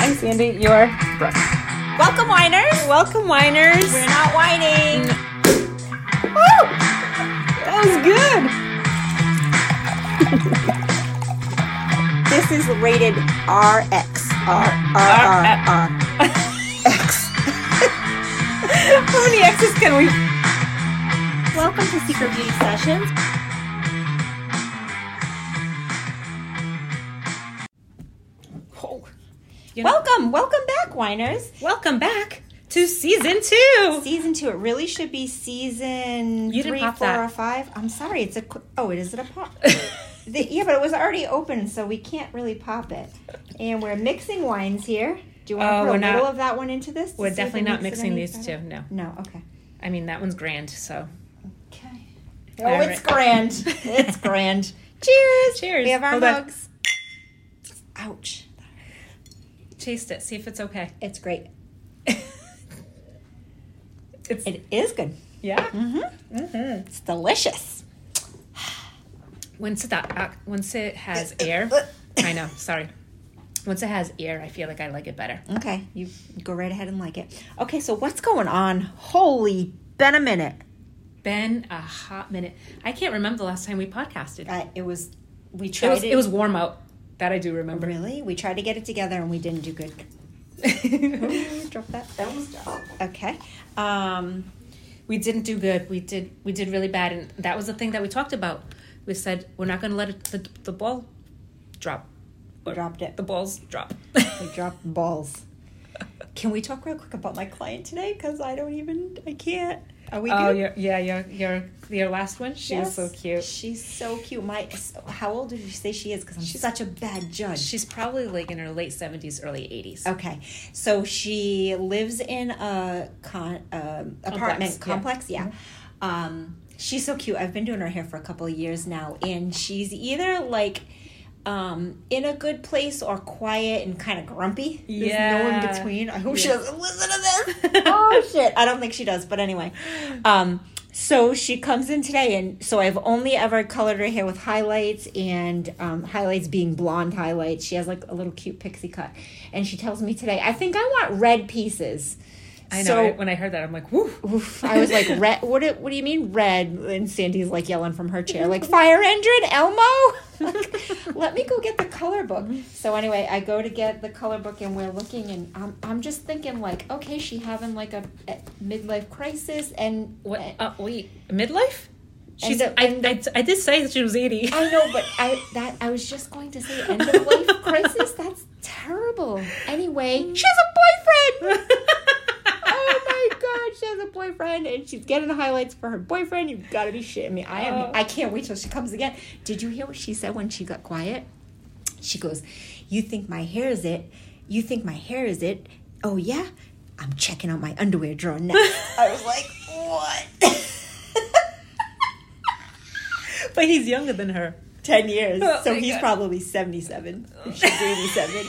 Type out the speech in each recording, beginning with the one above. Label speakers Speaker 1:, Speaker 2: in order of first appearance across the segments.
Speaker 1: I'm Sandy. You're
Speaker 2: Brooke.
Speaker 3: Welcome, whiners.
Speaker 1: welcome, whiners.
Speaker 3: We're not whining.
Speaker 1: That was good.
Speaker 3: This is rated RX. R R R R. X.
Speaker 1: How many X's can we?
Speaker 3: Welcome to Secret Beauty Sessions. Welcome, welcome back, whiners.
Speaker 1: Welcome back to season two.
Speaker 3: Season two. It really should be season
Speaker 1: You didn't
Speaker 3: three, four,
Speaker 1: pop that.
Speaker 3: or five. I'm sorry. It's a. qu- Oh, it is it a pop? The- yeah, but it was already open, so we can't really pop it. And we're mixing wines here. Do you want to put
Speaker 1: Oh,
Speaker 3: a
Speaker 1: we're
Speaker 3: little
Speaker 1: not-
Speaker 3: of that one into this? to
Speaker 1: We're
Speaker 3: see if
Speaker 1: definitely
Speaker 3: it
Speaker 1: not
Speaker 3: makes it
Speaker 1: mixing
Speaker 3: any
Speaker 1: these two.
Speaker 3: better?
Speaker 1: No,
Speaker 3: No. Okay.
Speaker 1: I mean that one's grand. So
Speaker 3: Okay. Oh,
Speaker 1: All
Speaker 3: it's
Speaker 1: right.
Speaker 3: grand. It's grand. Cheers.
Speaker 1: Cheers.
Speaker 3: We have our
Speaker 1: Hold on.
Speaker 3: mugs. Ouch.
Speaker 1: taste it. See if it's okay.
Speaker 3: It's great.
Speaker 1: it's
Speaker 3: It is good. Mm-hmm.
Speaker 1: yeah. Mm-hmm.
Speaker 3: It's delicious.
Speaker 1: Once that uh, once it has air, I know. Sorry. Once it has air, I feel like I like it better.
Speaker 3: Okay, you go right ahead and like it. Okay, so what's going on? Holy been a minute.
Speaker 1: Been a hot minute. I can't remember the last time we podcasted.
Speaker 3: Uh, it was we
Speaker 1: It
Speaker 3: tried
Speaker 1: was, it was warm out. That I do remember.
Speaker 3: really we tried to get it together and we didn't do good. Drop that. That was okay. Um,
Speaker 1: we didn't do good. We did we did really bad, and that was the thing that we talked about. We said we're not going to let it, the the ball drop.
Speaker 3: we dropped it.
Speaker 1: The balls drop.
Speaker 3: We dropped balls. Can we talk real quick about my client today? Because I don't even I can't. Are we?
Speaker 1: oh
Speaker 3: good?
Speaker 1: your, yeah, your your your last one. She was so
Speaker 3: Yes.
Speaker 1: cute.
Speaker 3: She's so cute. My so, how old did you say she is? Because I'm such a bad judge.
Speaker 1: She's probably like in her late seventies, early eighties.
Speaker 3: Okay, so she lives in a con um apartment
Speaker 1: yeah. Mm-hmm.
Speaker 3: complex. Yeah, Um, she's so cute. I've been doing her hair for a couple of years now, and she's either like um, in a good place or quiet and kind of grumpy. There's no in
Speaker 1: Yeah.
Speaker 3: between. I hope she doesn't listen to this. oh shit! I don't think she does, but anyway. Um, so she comes in today, and so I've only ever colored her hair with highlights, and um, highlights being blonde highlights. She has like a little cute pixie cut, and she tells me today, "I think I want red pieces."
Speaker 1: I know.
Speaker 3: So-
Speaker 1: when I heard that, I'm like, woo.
Speaker 3: Oof, I was like, red. What? do- What do you mean red? And Sandy's like yelling from her chair, like fire engine, Elmo. Like, Let me go get the color book. So anyway, I go to get the color book, and we're looking, and I'm, I'm just thinking like, okay, she having like a, a midlife crisis, and
Speaker 1: What? Uh, wait, midlife? She's.
Speaker 3: the-
Speaker 1: I,
Speaker 3: and the-
Speaker 1: I, I did say that she was eighty.
Speaker 3: I know, but I that I was just going to say end of life crisis. That's terrible. Anyway, she has a boyfriend. oh my god, she has a boyfriend and she's getting the highlights for her boyfriend. You've got to be shitting me. I
Speaker 1: Oh.
Speaker 3: am. I can't wait till she comes again. Did you hear what she said when she got quiet? She goes, "You think my hair is it? You think my hair is it? Oh yeah, I'm checking out my underwear drawer next." I was like, "What?"
Speaker 1: But he's younger than her.
Speaker 3: 10 years.
Speaker 1: Oh
Speaker 3: so
Speaker 1: my
Speaker 3: he's
Speaker 1: God.
Speaker 3: probably 77. If she's 87.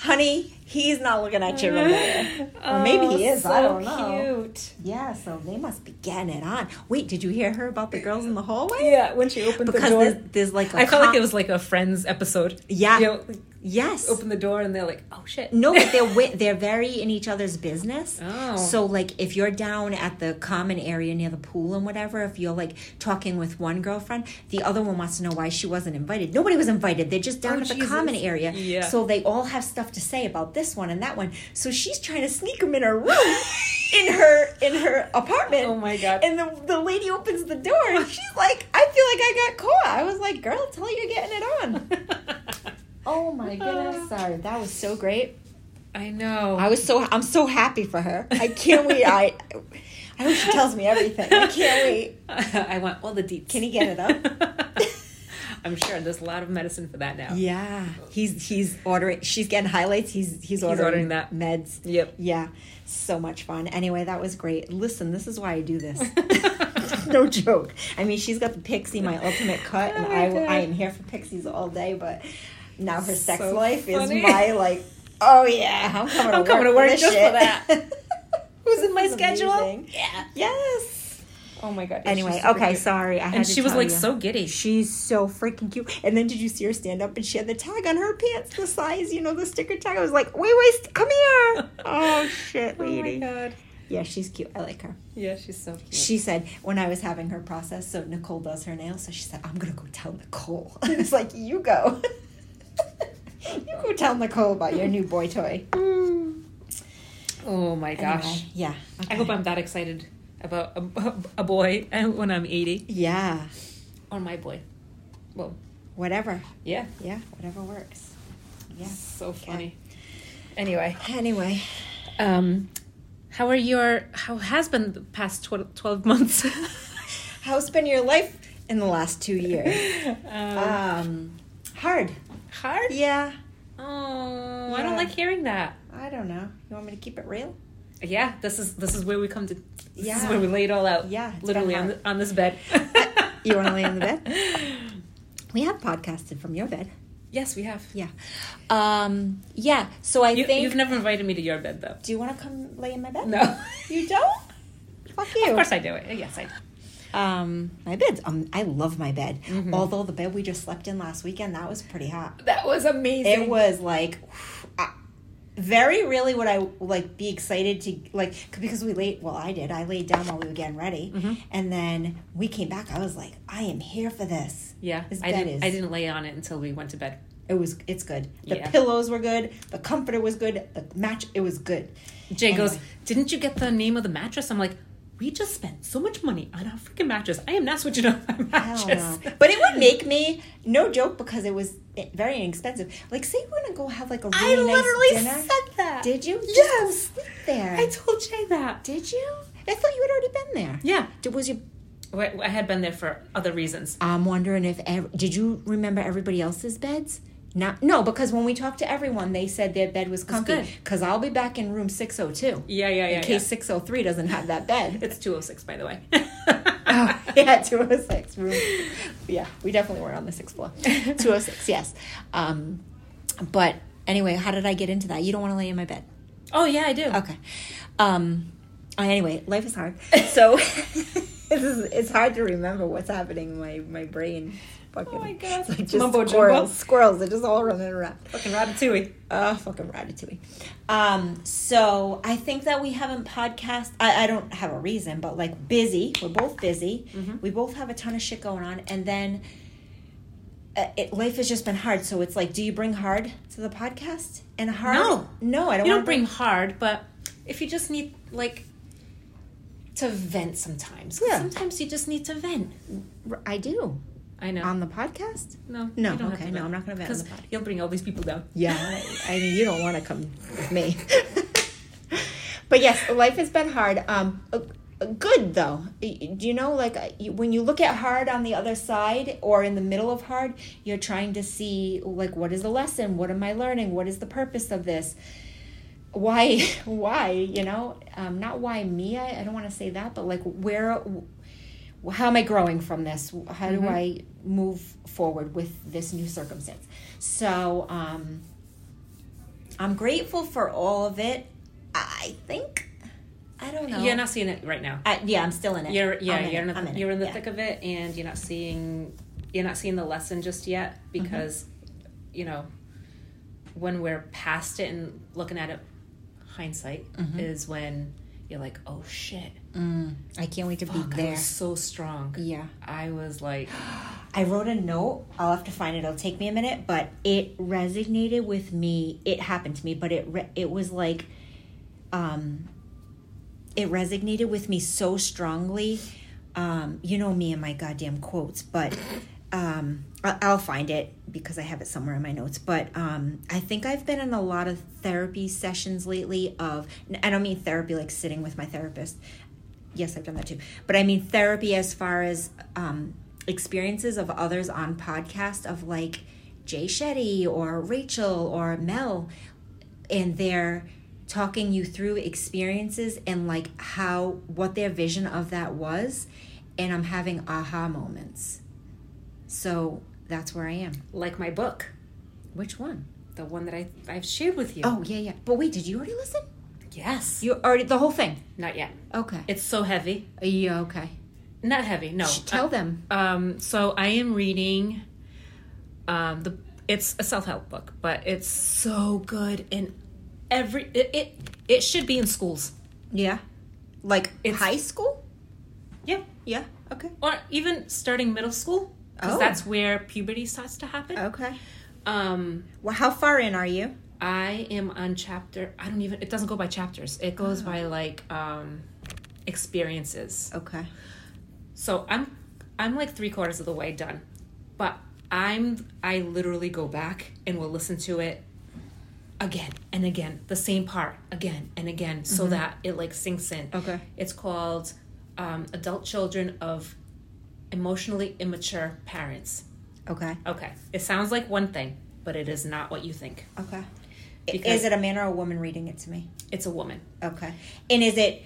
Speaker 3: Honey, he's not looking at your remote. Or maybe he
Speaker 1: Oh,
Speaker 3: is. I
Speaker 1: so
Speaker 3: don't know.
Speaker 1: Cute.
Speaker 3: Yeah, so they must be getting it on. Wait, did you hear her about the girls in the hallway?
Speaker 1: Yeah, when she opened
Speaker 3: Because there's, there's like I
Speaker 1: I felt like it was like a Friends episode.
Speaker 3: Yeah.
Speaker 1: You know, like,
Speaker 3: Yes.
Speaker 1: open the door and they're like, oh shit.
Speaker 3: No, but they're wi- they're very in each other's business.
Speaker 1: Oh.
Speaker 3: So like if you're down at the common area near the pool and whatever, if you're like talking with one girlfriend, the other one wants to know why she wasn't invited. Nobody was invited. They're just down
Speaker 1: Oh,
Speaker 3: at the
Speaker 1: Jesus.
Speaker 3: common area.
Speaker 1: Yeah.
Speaker 3: So they all have stuff to say about this one and that one. So she's trying to sneak them in her room. In her in her apartment.
Speaker 1: Oh, my God.
Speaker 3: And the, the lady opens the door and she's like, I feel like I got caught. I was like, girl, tell her you're getting it on. Oh my goodness, sorry. That was so great.
Speaker 1: I know.
Speaker 3: I was so I'm so happy for her. I can't wait. I I hope she tells me everything. I can't wait.
Speaker 1: I want all the deets.
Speaker 3: Can he get it
Speaker 1: up? I'm sure there's a lot of medicine for that now.
Speaker 3: Yeah, he's he's ordering. She's getting highlights. He's he's ordering,
Speaker 1: ordering that.
Speaker 3: meds.
Speaker 1: Yep.
Speaker 3: Yeah, so much fun. Anyway, that was great. Listen, this is why I do this. no joke. I mean, she's got the pixie, my ultimate cut, and
Speaker 1: Oh my
Speaker 3: I will- I
Speaker 1: God.
Speaker 3: am here for pixies all day. But now her sex
Speaker 1: So
Speaker 3: life
Speaker 1: funny.
Speaker 3: is my like. Oh yeah, I'm coming.
Speaker 1: I'm
Speaker 3: to
Speaker 1: coming to
Speaker 3: work
Speaker 1: work
Speaker 3: this
Speaker 1: just for
Speaker 3: shit.
Speaker 1: that. Who's in my
Speaker 3: This is
Speaker 1: schedule?
Speaker 3: amazing.
Speaker 1: Yeah.
Speaker 3: Yes. Oh my god.
Speaker 1: she's
Speaker 3: Anyway,
Speaker 1: super
Speaker 3: okay,
Speaker 1: cute.
Speaker 3: sorry. I had
Speaker 1: and
Speaker 3: to
Speaker 1: she was
Speaker 3: tell
Speaker 1: like
Speaker 3: you.
Speaker 1: so giddy.
Speaker 3: She's so freaking cute. And then did you see her stand up and she had the tag on her pants, the size, you know, the sticker tag? I was like, wait, wait, st- come here. oh, shit, lady.
Speaker 1: god.
Speaker 3: yeah, she's cute. I like her.
Speaker 1: Yeah, she's so cute.
Speaker 3: She said, when I was having her process, so Nicole does her nails, so she said, I'm going to go tell Nicole. I was like, you go. you go tell Nicole about your new boy toy. Mm.
Speaker 1: oh my gosh.
Speaker 3: Anyway, yeah.
Speaker 1: I
Speaker 3: okay.
Speaker 1: hope I'm that excited about a, a boy when I'm 80
Speaker 3: Yeah,
Speaker 1: or my boy. Well,
Speaker 3: whatever.
Speaker 1: yeah.
Speaker 3: Yeah, whatever works. Yeah.
Speaker 1: So
Speaker 3: Okay.
Speaker 1: funny. Anyway,
Speaker 3: Anyway,
Speaker 1: um how are your how has been the past tw- 12 months?
Speaker 3: how's been your life in the last two years?
Speaker 1: um,
Speaker 3: Um, hard.
Speaker 1: hard?
Speaker 3: Yeah.
Speaker 1: Oh, I don't
Speaker 3: Yeah.
Speaker 1: like hearing that.
Speaker 3: I don't know. You want me to keep it real?
Speaker 1: Yeah, this is this is where we come to. This is
Speaker 3: Yeah.
Speaker 1: where we lay it all out.
Speaker 3: Yeah, it's been
Speaker 1: literally on,
Speaker 3: hard.
Speaker 1: th- on this bed.
Speaker 3: You wanna lay on the We have podcasted from your bed.
Speaker 1: Yes, we have.
Speaker 3: Yeah. Um, yeah. So I
Speaker 1: You,
Speaker 3: think.
Speaker 1: You've never invited me to your bed though.
Speaker 3: do you want to come lay in my bed?
Speaker 1: No,
Speaker 3: You don't? Fuck you.
Speaker 1: Of course I do it. Yes, I.
Speaker 3: Um, my bed's. Um, I love my bed. Although the bed we just slept in last weekend, that was pretty hot.
Speaker 1: That was amazing.
Speaker 3: It was like. I- very really would I like be excited to like c- because we laid well I did I laid down while we were getting ready
Speaker 1: Mm-hmm.
Speaker 3: and then we came back I was like I am here for this
Speaker 1: yeah,
Speaker 3: This
Speaker 1: I
Speaker 3: bed
Speaker 1: didn't.
Speaker 3: is-
Speaker 1: I didn't lay on it until we went to bed.
Speaker 3: It was it's good. The
Speaker 1: Yeah.
Speaker 3: pillows were good. The comforter was good. The match it was good.
Speaker 1: Jay goes,
Speaker 3: Anyway.
Speaker 1: "Didn't you get the name of the mattress?" I'm like, "We just spent so much money on our freaking mattress. I am not switching up my
Speaker 3: Hell
Speaker 1: mattress."
Speaker 3: no. But it would make me no joke because it was very inexpensive. Like say we're gonna go have like a
Speaker 1: I
Speaker 3: really nice
Speaker 1: literally
Speaker 3: dinner.
Speaker 1: said that.
Speaker 3: Did you? Just go
Speaker 1: Yes.
Speaker 3: sleep there.
Speaker 1: I told Jay that.
Speaker 3: Did you? I thought you had already been there.
Speaker 1: Yeah,
Speaker 3: Did, was you?
Speaker 1: Wait, I had been there for other reasons.
Speaker 3: I'm wondering if ev- did you remember everybody else's beds? Not no because when we talked to everyone, they said their bed was comfy.
Speaker 1: good.
Speaker 3: Because I'll be back in room six oh two
Speaker 1: Yeah, yeah, yeah.
Speaker 3: in case six oh three doesn't have that bed.
Speaker 1: yeah. It's 206, by the way.
Speaker 3: oh, yeah, 206 room. Yeah, we definitely were on the sixth floor. 206, yes. Um, but anyway, how did I get into that? You don't want to lay in my bed.
Speaker 1: Oh, yeah, I do.
Speaker 3: Okay. Um, uh, anyway, life is hard. So it's, it's hard to remember what's happening in my, my brain. Fucking,
Speaker 1: Oh my God.
Speaker 3: it's Like just
Speaker 1: Mumbo jumbo.
Speaker 3: squirrels, squirrels. They're just all running around.
Speaker 1: Fucking ratatouille.
Speaker 3: Oh, fucking Ratatouille. Um, so I think that we haven't podcast. I, I don't have a reason, but like busy. We're both busy.
Speaker 1: Mm-hmm.
Speaker 3: We both have a ton of shit going on, and then uh, it, life has just been hard. So it's like, do you bring hard to the podcast? And hard?
Speaker 1: No.
Speaker 3: no, I don't.
Speaker 1: You
Speaker 3: wanna
Speaker 1: don't bring hard, but if you just need, like, to vent sometimes. 'cause
Speaker 3: Yeah.
Speaker 1: Sometimes you just need to vent.
Speaker 3: I do
Speaker 1: I know.
Speaker 3: on the podcast.
Speaker 1: no.
Speaker 3: Um, No,
Speaker 1: you don't have
Speaker 3: okay,
Speaker 1: to
Speaker 3: no,
Speaker 1: vent.
Speaker 3: I'm not gonna vent on the
Speaker 1: 'Cause
Speaker 3: podcast.
Speaker 1: You'll bring all these people down.
Speaker 3: Yeah, I, I mean, you don't want to come with me. but yes, life has been hard. Um, uh, uh, good though. Y- y- Do you know, like uh, you- when you look at hard on the other side or in the middle of hard, you're trying to see like what is the lesson? What am I learning? What is the purpose of this? Why? Why? You know, um, not why me. I, I don't want to say that, but like where. Well, how am I growing from this? How
Speaker 1: Mm-hmm.
Speaker 3: do I move forward with this new circumstance? So um, I'm grateful for all of it. I think I don't know.
Speaker 1: You're not seeing it right now.
Speaker 3: I, yeah, I'm still in it.
Speaker 1: You're yeah,
Speaker 3: I'm in
Speaker 1: you're
Speaker 3: it.
Speaker 1: in, the,
Speaker 3: I'm in it.
Speaker 1: you're in the
Speaker 3: Yeah.
Speaker 1: thick of it, and you're not seeing you're not seeing the lesson just yet
Speaker 3: Mm-hmm.
Speaker 1: because you know when we're past it and looking at it, hindsight
Speaker 3: Mm-hmm.
Speaker 1: is when you're like, oh shit,
Speaker 3: Mm, I can't wait to
Speaker 1: fuck,
Speaker 3: be
Speaker 1: I
Speaker 3: there.
Speaker 1: was so strong.
Speaker 3: Yeah.
Speaker 1: I was like,
Speaker 3: I wrote a note. I'll have to find it. It'll take me a minute, but it resonated with me. It happened to me, but it re- it was like, um, it resonated with me so strongly. Um, you know me and my goddamn quotes, but um, I- I'll find it because I have it somewhere in my notes. But um, I think I've been in a lot of therapy sessions lately. Of and I don't mean therapy like sitting with my therapist. Yes, I've done that too. But I mean therapy as far as um, experiences of others on podcast of like Jay Shetty or Rachel or Mel, and they're talking you through experiences and like how what their vision of that was, and I'm having aha moments. So that's where I am.
Speaker 1: like my book,
Speaker 3: Which one?
Speaker 1: the one that I I've shared with you.
Speaker 3: Oh yeah, yeah. But wait, did you already listen?
Speaker 1: yes,
Speaker 3: You already the whole thing.
Speaker 1: not yet.
Speaker 3: Okay.
Speaker 1: It's so heavy.
Speaker 3: Yeah. Okay.
Speaker 1: not heavy. No, Uh,
Speaker 3: Sh- Tell them.
Speaker 1: um, so I am reading um, the it's a self help book, but it's so good and every it, it it should be in schools.
Speaker 3: Yeah. Like
Speaker 1: It's-
Speaker 3: high school?
Speaker 1: Yeah,
Speaker 3: Yeah. Okay.
Speaker 1: or even starting middle school because
Speaker 3: Oh.
Speaker 1: that's where puberty starts to happen.
Speaker 3: Okay.
Speaker 1: Um,
Speaker 3: Well, how far in are you?
Speaker 1: I am on chapter. I don't even. It doesn't go by chapters. It goes
Speaker 3: Oh.
Speaker 1: by like um, experiences.
Speaker 3: Okay.
Speaker 1: So I'm I'm like three quarters of the way done, but I'm I literally go back and will listen to it again and again, the same part again and again, so that it like sinks in.
Speaker 3: Mm-hmm. Okay.
Speaker 1: It's called um, "Adult Children of Emotionally Immature Parents."
Speaker 3: Okay.
Speaker 1: Okay, it sounds like one thing, but it is not what you think.
Speaker 3: Okay.
Speaker 1: Because-
Speaker 3: is it a man or a woman reading it to me?
Speaker 1: It's a woman.
Speaker 3: Okay. And is it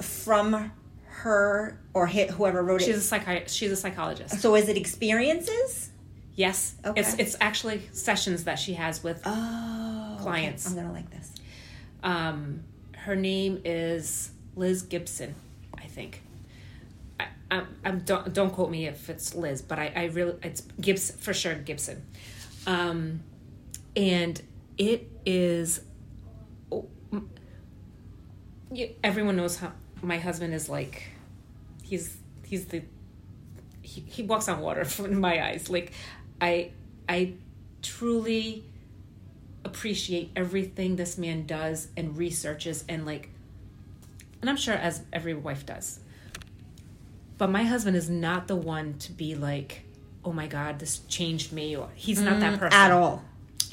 Speaker 3: from her or hi whoever wrote
Speaker 1: She's a
Speaker 3: it?
Speaker 1: psychi- She's a psychologist.
Speaker 3: So is it experiences?
Speaker 1: Yes.
Speaker 3: Okay.
Speaker 1: It's it's actually sessions that she has with
Speaker 3: Oh. okay.
Speaker 1: Clients.
Speaker 3: I'm going to like this.
Speaker 1: Um, her name is Liz Gibson, I think. I, I'm, I'm don't don't quote me if it's Liz, but I, I really it's Gibson for sure Gibson, um, and it is. oh, m- you- Everyone knows how my husband is like. He's he's the he, he walks on water in my eyes. Like I I truly appreciate everything this man does and researches and like and I'm sure as every wife does. But my husband is not the one to be like, "Oh my god, this changed me." Or he's not that person
Speaker 3: Mm, At all.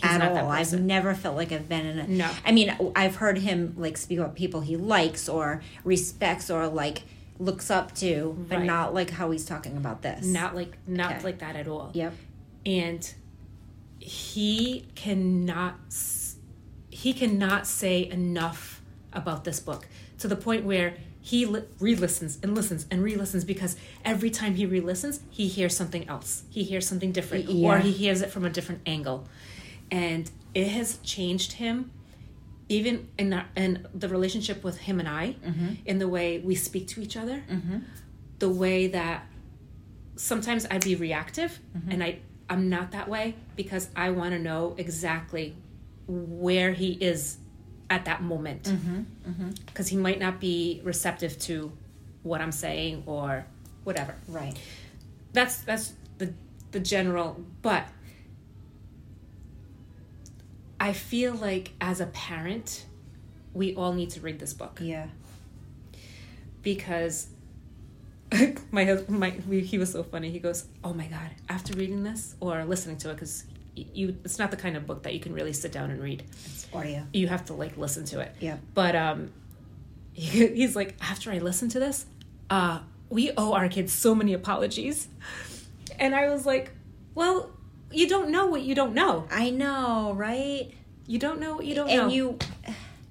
Speaker 3: at
Speaker 1: not that
Speaker 3: all. I've
Speaker 1: person.
Speaker 3: never felt like I've been in a.
Speaker 1: No.
Speaker 3: I mean, I've heard him like speak about people he likes or respects or like looks up to, but
Speaker 1: Right.
Speaker 3: not like how he's talking about this.
Speaker 1: Not like not
Speaker 3: Okay.
Speaker 1: like that at all.
Speaker 3: Yep.
Speaker 1: and he cannot s- he cannot say enough about this book to the point where he li- re-listens and listens and re-listens because every time he re-listens he hears something else he hears something different
Speaker 3: Y-
Speaker 1: or
Speaker 3: yeah.
Speaker 1: he hears it from a different angle and it has changed him even in, our, in the relationship with him and i
Speaker 3: Mm-hmm.
Speaker 1: in the way we speak to each other the way that sometimes I'd be reactive and I I'm not that way because I want to know exactly where he is at that moment
Speaker 3: Mm.
Speaker 1: because
Speaker 3: Mm-hmm.
Speaker 1: he might not be receptive to what I'm saying or whatever
Speaker 3: Right.
Speaker 1: that's that's the the general but I feel like as a parent we all need to read this book
Speaker 3: Yeah.
Speaker 1: because my husband, my we, he was so funny. He goes, "Oh my god!" After reading this or listening to it, because you, it's not the kind of book that you can really sit down and read.
Speaker 3: It's audio.
Speaker 1: You have to like listen to it.
Speaker 3: Yep.
Speaker 1: But um, he, he's like, after I listen to this, uh, we owe our kids so many apologies, and I was like, well. You don't know what you don't know.
Speaker 3: I know, right?
Speaker 1: You don't know what you don't know.
Speaker 3: And you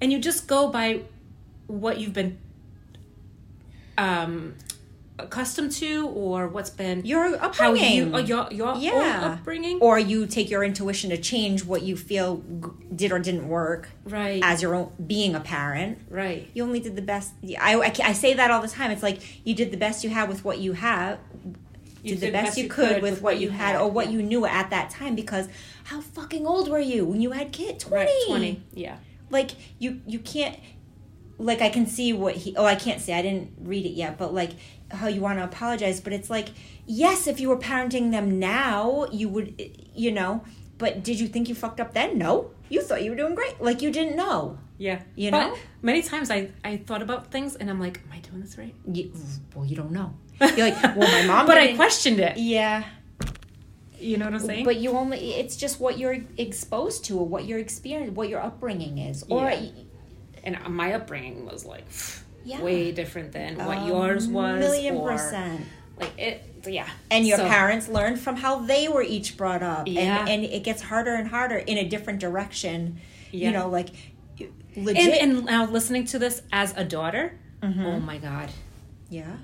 Speaker 1: and you just go by what you've been um accustomed to or what's been
Speaker 3: your
Speaker 1: how
Speaker 3: upbringing.
Speaker 1: you uh, your your
Speaker 3: Yeah.
Speaker 1: own upbringing
Speaker 3: or you take your intuition to change what you feel g- did or didn't work
Speaker 1: right
Speaker 3: as your own being a parent.
Speaker 1: right
Speaker 3: You only did the best. I, I, I say that all the time. It's like you did the best you had with what you have.
Speaker 1: You
Speaker 3: did the best, you could, with, what, you had, or what you knew at that time because how fucking old were you when you had kid 20
Speaker 1: right 20 yeah
Speaker 3: like you you can't like i can see what he oh i can't see i didn't read it yet but like how you want to apologize but it's like yes if you were parenting them now you would you know but did you think you fucked up then no you thought you were doing great like you didn't know
Speaker 1: yeah
Speaker 3: You
Speaker 1: But
Speaker 3: know?
Speaker 1: many times i i thought about things and i'm like am i doing this right
Speaker 3: you, well you don't know you're like well my mom
Speaker 1: but i
Speaker 3: didn't-
Speaker 1: questioned it
Speaker 3: yeah
Speaker 1: you know what i'm saying
Speaker 3: but you only it's just what you're exposed to or what your experience what your upbringing is or
Speaker 1: Yeah. and uh, my upbringing was like
Speaker 3: Yeah.
Speaker 1: way different than what
Speaker 3: A
Speaker 1: yours was
Speaker 3: million
Speaker 1: or,
Speaker 3: percent
Speaker 1: like it yeah
Speaker 3: and your
Speaker 1: So-
Speaker 3: parents learned from how they were each brought up
Speaker 1: Yeah.
Speaker 3: and, and it gets harder and harder in a different direction
Speaker 1: Yeah.
Speaker 3: you know like legit Mm-hmm.
Speaker 1: and, and now listening to this as a daughter oh my god
Speaker 3: yeah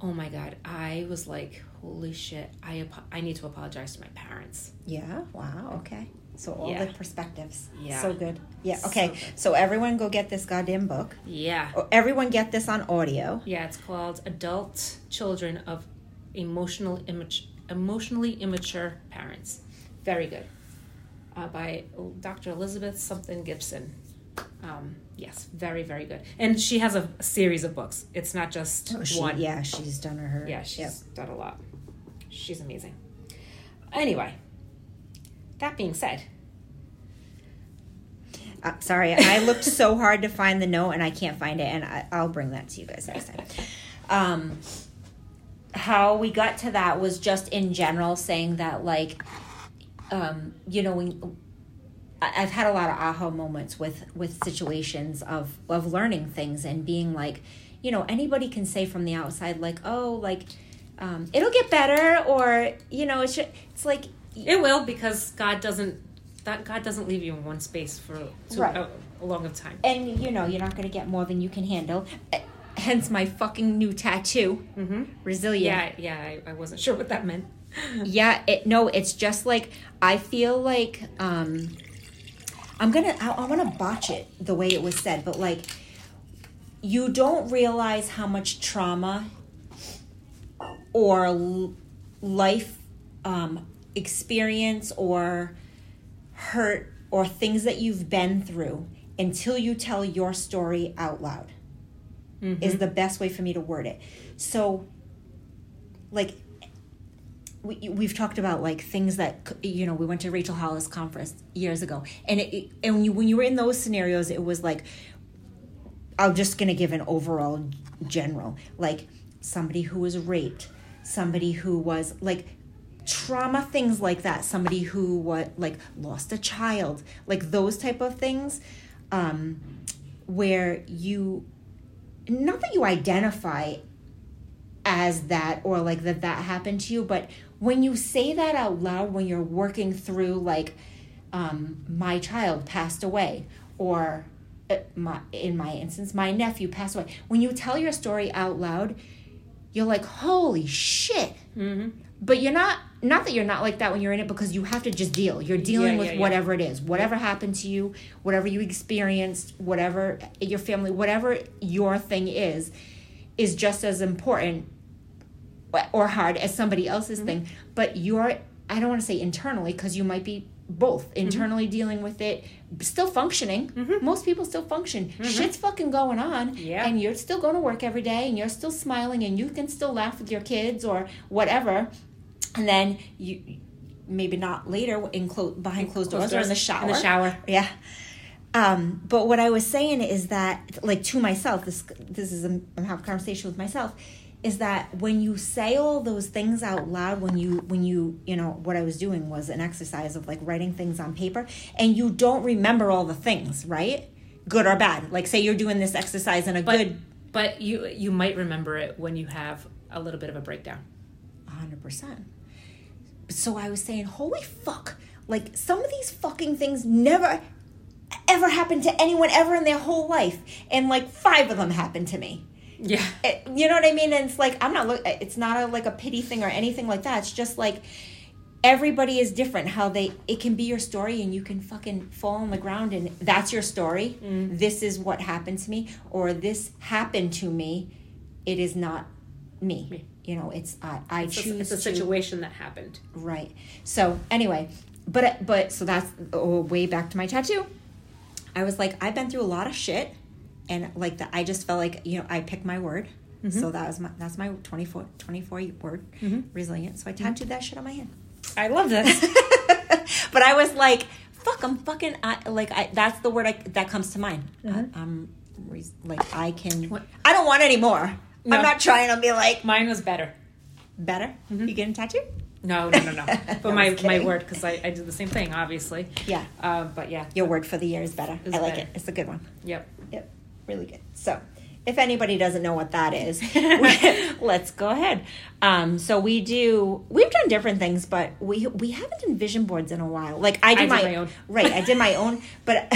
Speaker 1: oh my god i was like holy shit i apo- i need to apologize to my parents
Speaker 3: yeah wow okay So all
Speaker 1: Yeah.
Speaker 3: the perspectives.
Speaker 1: Yeah.
Speaker 3: So good. Yeah.
Speaker 1: So
Speaker 3: Okay.
Speaker 1: good.
Speaker 3: So, everyone go get this goddamn book.
Speaker 1: Yeah.
Speaker 3: Oh, Everyone get this on audio.
Speaker 1: Yeah, it's called Adult Children of Emotional Immat- Emotionally Immature Parents. Very good. Uh, by Dr. Elizabeth something Gibson. Um, yes, very, very good. And she has a series of books. It's not just
Speaker 3: Oh, she-
Speaker 1: one.
Speaker 3: Yeah, she's done her.
Speaker 1: Yeah, she's done a lot. She's amazing. Anyway, that being said,
Speaker 3: Uh, sorry, I looked so hard to find the note and I can't find it, and I, I'll bring that to you guys next time. Um, how we got to that was just in general saying that, like, um, you know, when I- I've had a lot of aha moments with with situations of of learning things and being like, you know, anybody can say from the outside, like, oh, like, um, it'll get better, or you know, it's just, it's like
Speaker 1: it will because God doesn't. That God doesn't leave you in one space for too,
Speaker 3: Right.
Speaker 1: a, a long of time.
Speaker 3: and you know you're not going to get more than you can handle Eh, hence my fucking new tattoo
Speaker 1: Mm-hmm.
Speaker 3: resilient
Speaker 1: Yeah, yeah, I, I wasn't sure what that meant.
Speaker 3: yeah, it, no it's just like i feel like um i'm gonna i, I want to botch it the way it was said but like you don't realize how much trauma or l- life um, experience or hurt or things that you've been through until you tell your story out loud is the best way for me to word it so like we, we've talked about like things that c- you know we went to rachel hollis conference years ago and it, it- and when you, when you were in those scenarios it was like i'm just gonna give an overall general like somebody who was raped somebody who was like trauma things like that somebody who what like lost a child like those type of things um where you not that you identify as that or like that that happened to you but when you say that out loud when you're working through like um, my child passed away or uh, my, in my instance my nephew passed away when you tell your story out loud you're like holy shit
Speaker 1: Mm-hmm.
Speaker 3: but you're not not that you're not like that when you're in it because you have to just deal you're dealing
Speaker 1: Yeah,
Speaker 3: with
Speaker 1: yeah, yeah.
Speaker 3: whatever it is whatever happened to you whatever you experienced whatever your family whatever your thing is is just as important or hard as somebody else's thing but you're i don't want to say internally because you might be both internally dealing with it still functioning most people still function shit's fucking going on
Speaker 1: Yeah.
Speaker 3: and you're still going to work every day and you're still smiling and you can still laugh with your kids or whatever and then you maybe not later in clo- behind closed, doors, or in the shower
Speaker 1: In the shower.
Speaker 3: yeah. Um, but what I was saying is that, like to myself, this this is I'm having a conversation with myself, is that when you say all those things out loud, when you when you you know what I was doing was an exercise of like writing things on paper, and you don't remember all the things, right? Good or bad. Like say you're doing this exercise in a
Speaker 1: But,
Speaker 3: good
Speaker 1: but you you might remember it when you have a little bit of a breakdown.
Speaker 3: 100%. So I was saying, holy fuck, like some of these fucking things never ever happened to anyone ever in their whole life. And like five of them happened to me.
Speaker 1: Yeah.
Speaker 3: It- Eh, you know what I mean? And it's like, I'm not, look, eh, it's not a, like a pity thing or anything like that. It's just like, Everybody is different. How they it can be your story, and you can fucking fall on the ground, and that's your story.
Speaker 1: Mm.
Speaker 3: This is what happened to me, or this happened to me. It is not me.
Speaker 1: Me.
Speaker 3: You know, it's I. I
Speaker 1: It's a,
Speaker 3: choose
Speaker 1: it's a
Speaker 3: to
Speaker 1: situation that happened.
Speaker 3: Right. So anyway, but but so that's oh, way back to my tattoo. I was like, I've been through a lot of shit, and like that, I just felt like you know I picked my word.
Speaker 1: Mm-hmm.
Speaker 3: So that was my that's my 24, 24 word resilient. So I tattooed that shit on my hand.
Speaker 1: I Mm-hmm. love this.
Speaker 3: but I was like, fuck, I'm fucking I, like I, that's the word I, that comes to mind. I, I'm res- like I can.
Speaker 1: Mm-hmm. What-
Speaker 3: I don't want any more.
Speaker 1: No.
Speaker 3: I'm not trying to be like
Speaker 1: Mine was better.
Speaker 3: better.
Speaker 1: Mm-hmm.
Speaker 3: You getting tattooed?
Speaker 1: No, no, no, no. But
Speaker 3: I was
Speaker 1: my, my
Speaker 3: kidding.
Speaker 1: word, because I, I did the same thing, obviously.
Speaker 3: Yeah.
Speaker 1: Uh, but yeah.
Speaker 3: Your word for the year is better.
Speaker 1: Is
Speaker 3: I like
Speaker 1: better.
Speaker 3: it. It's a good one.
Speaker 1: Yep.
Speaker 3: Yep, really good. So, if anybody doesn't know what that is, let's go ahead. Um, so we do. We've done different things, but we we haven't done vision boards in a while. Like I did,
Speaker 1: did
Speaker 3: my,
Speaker 1: my own.
Speaker 3: right. I did my own, but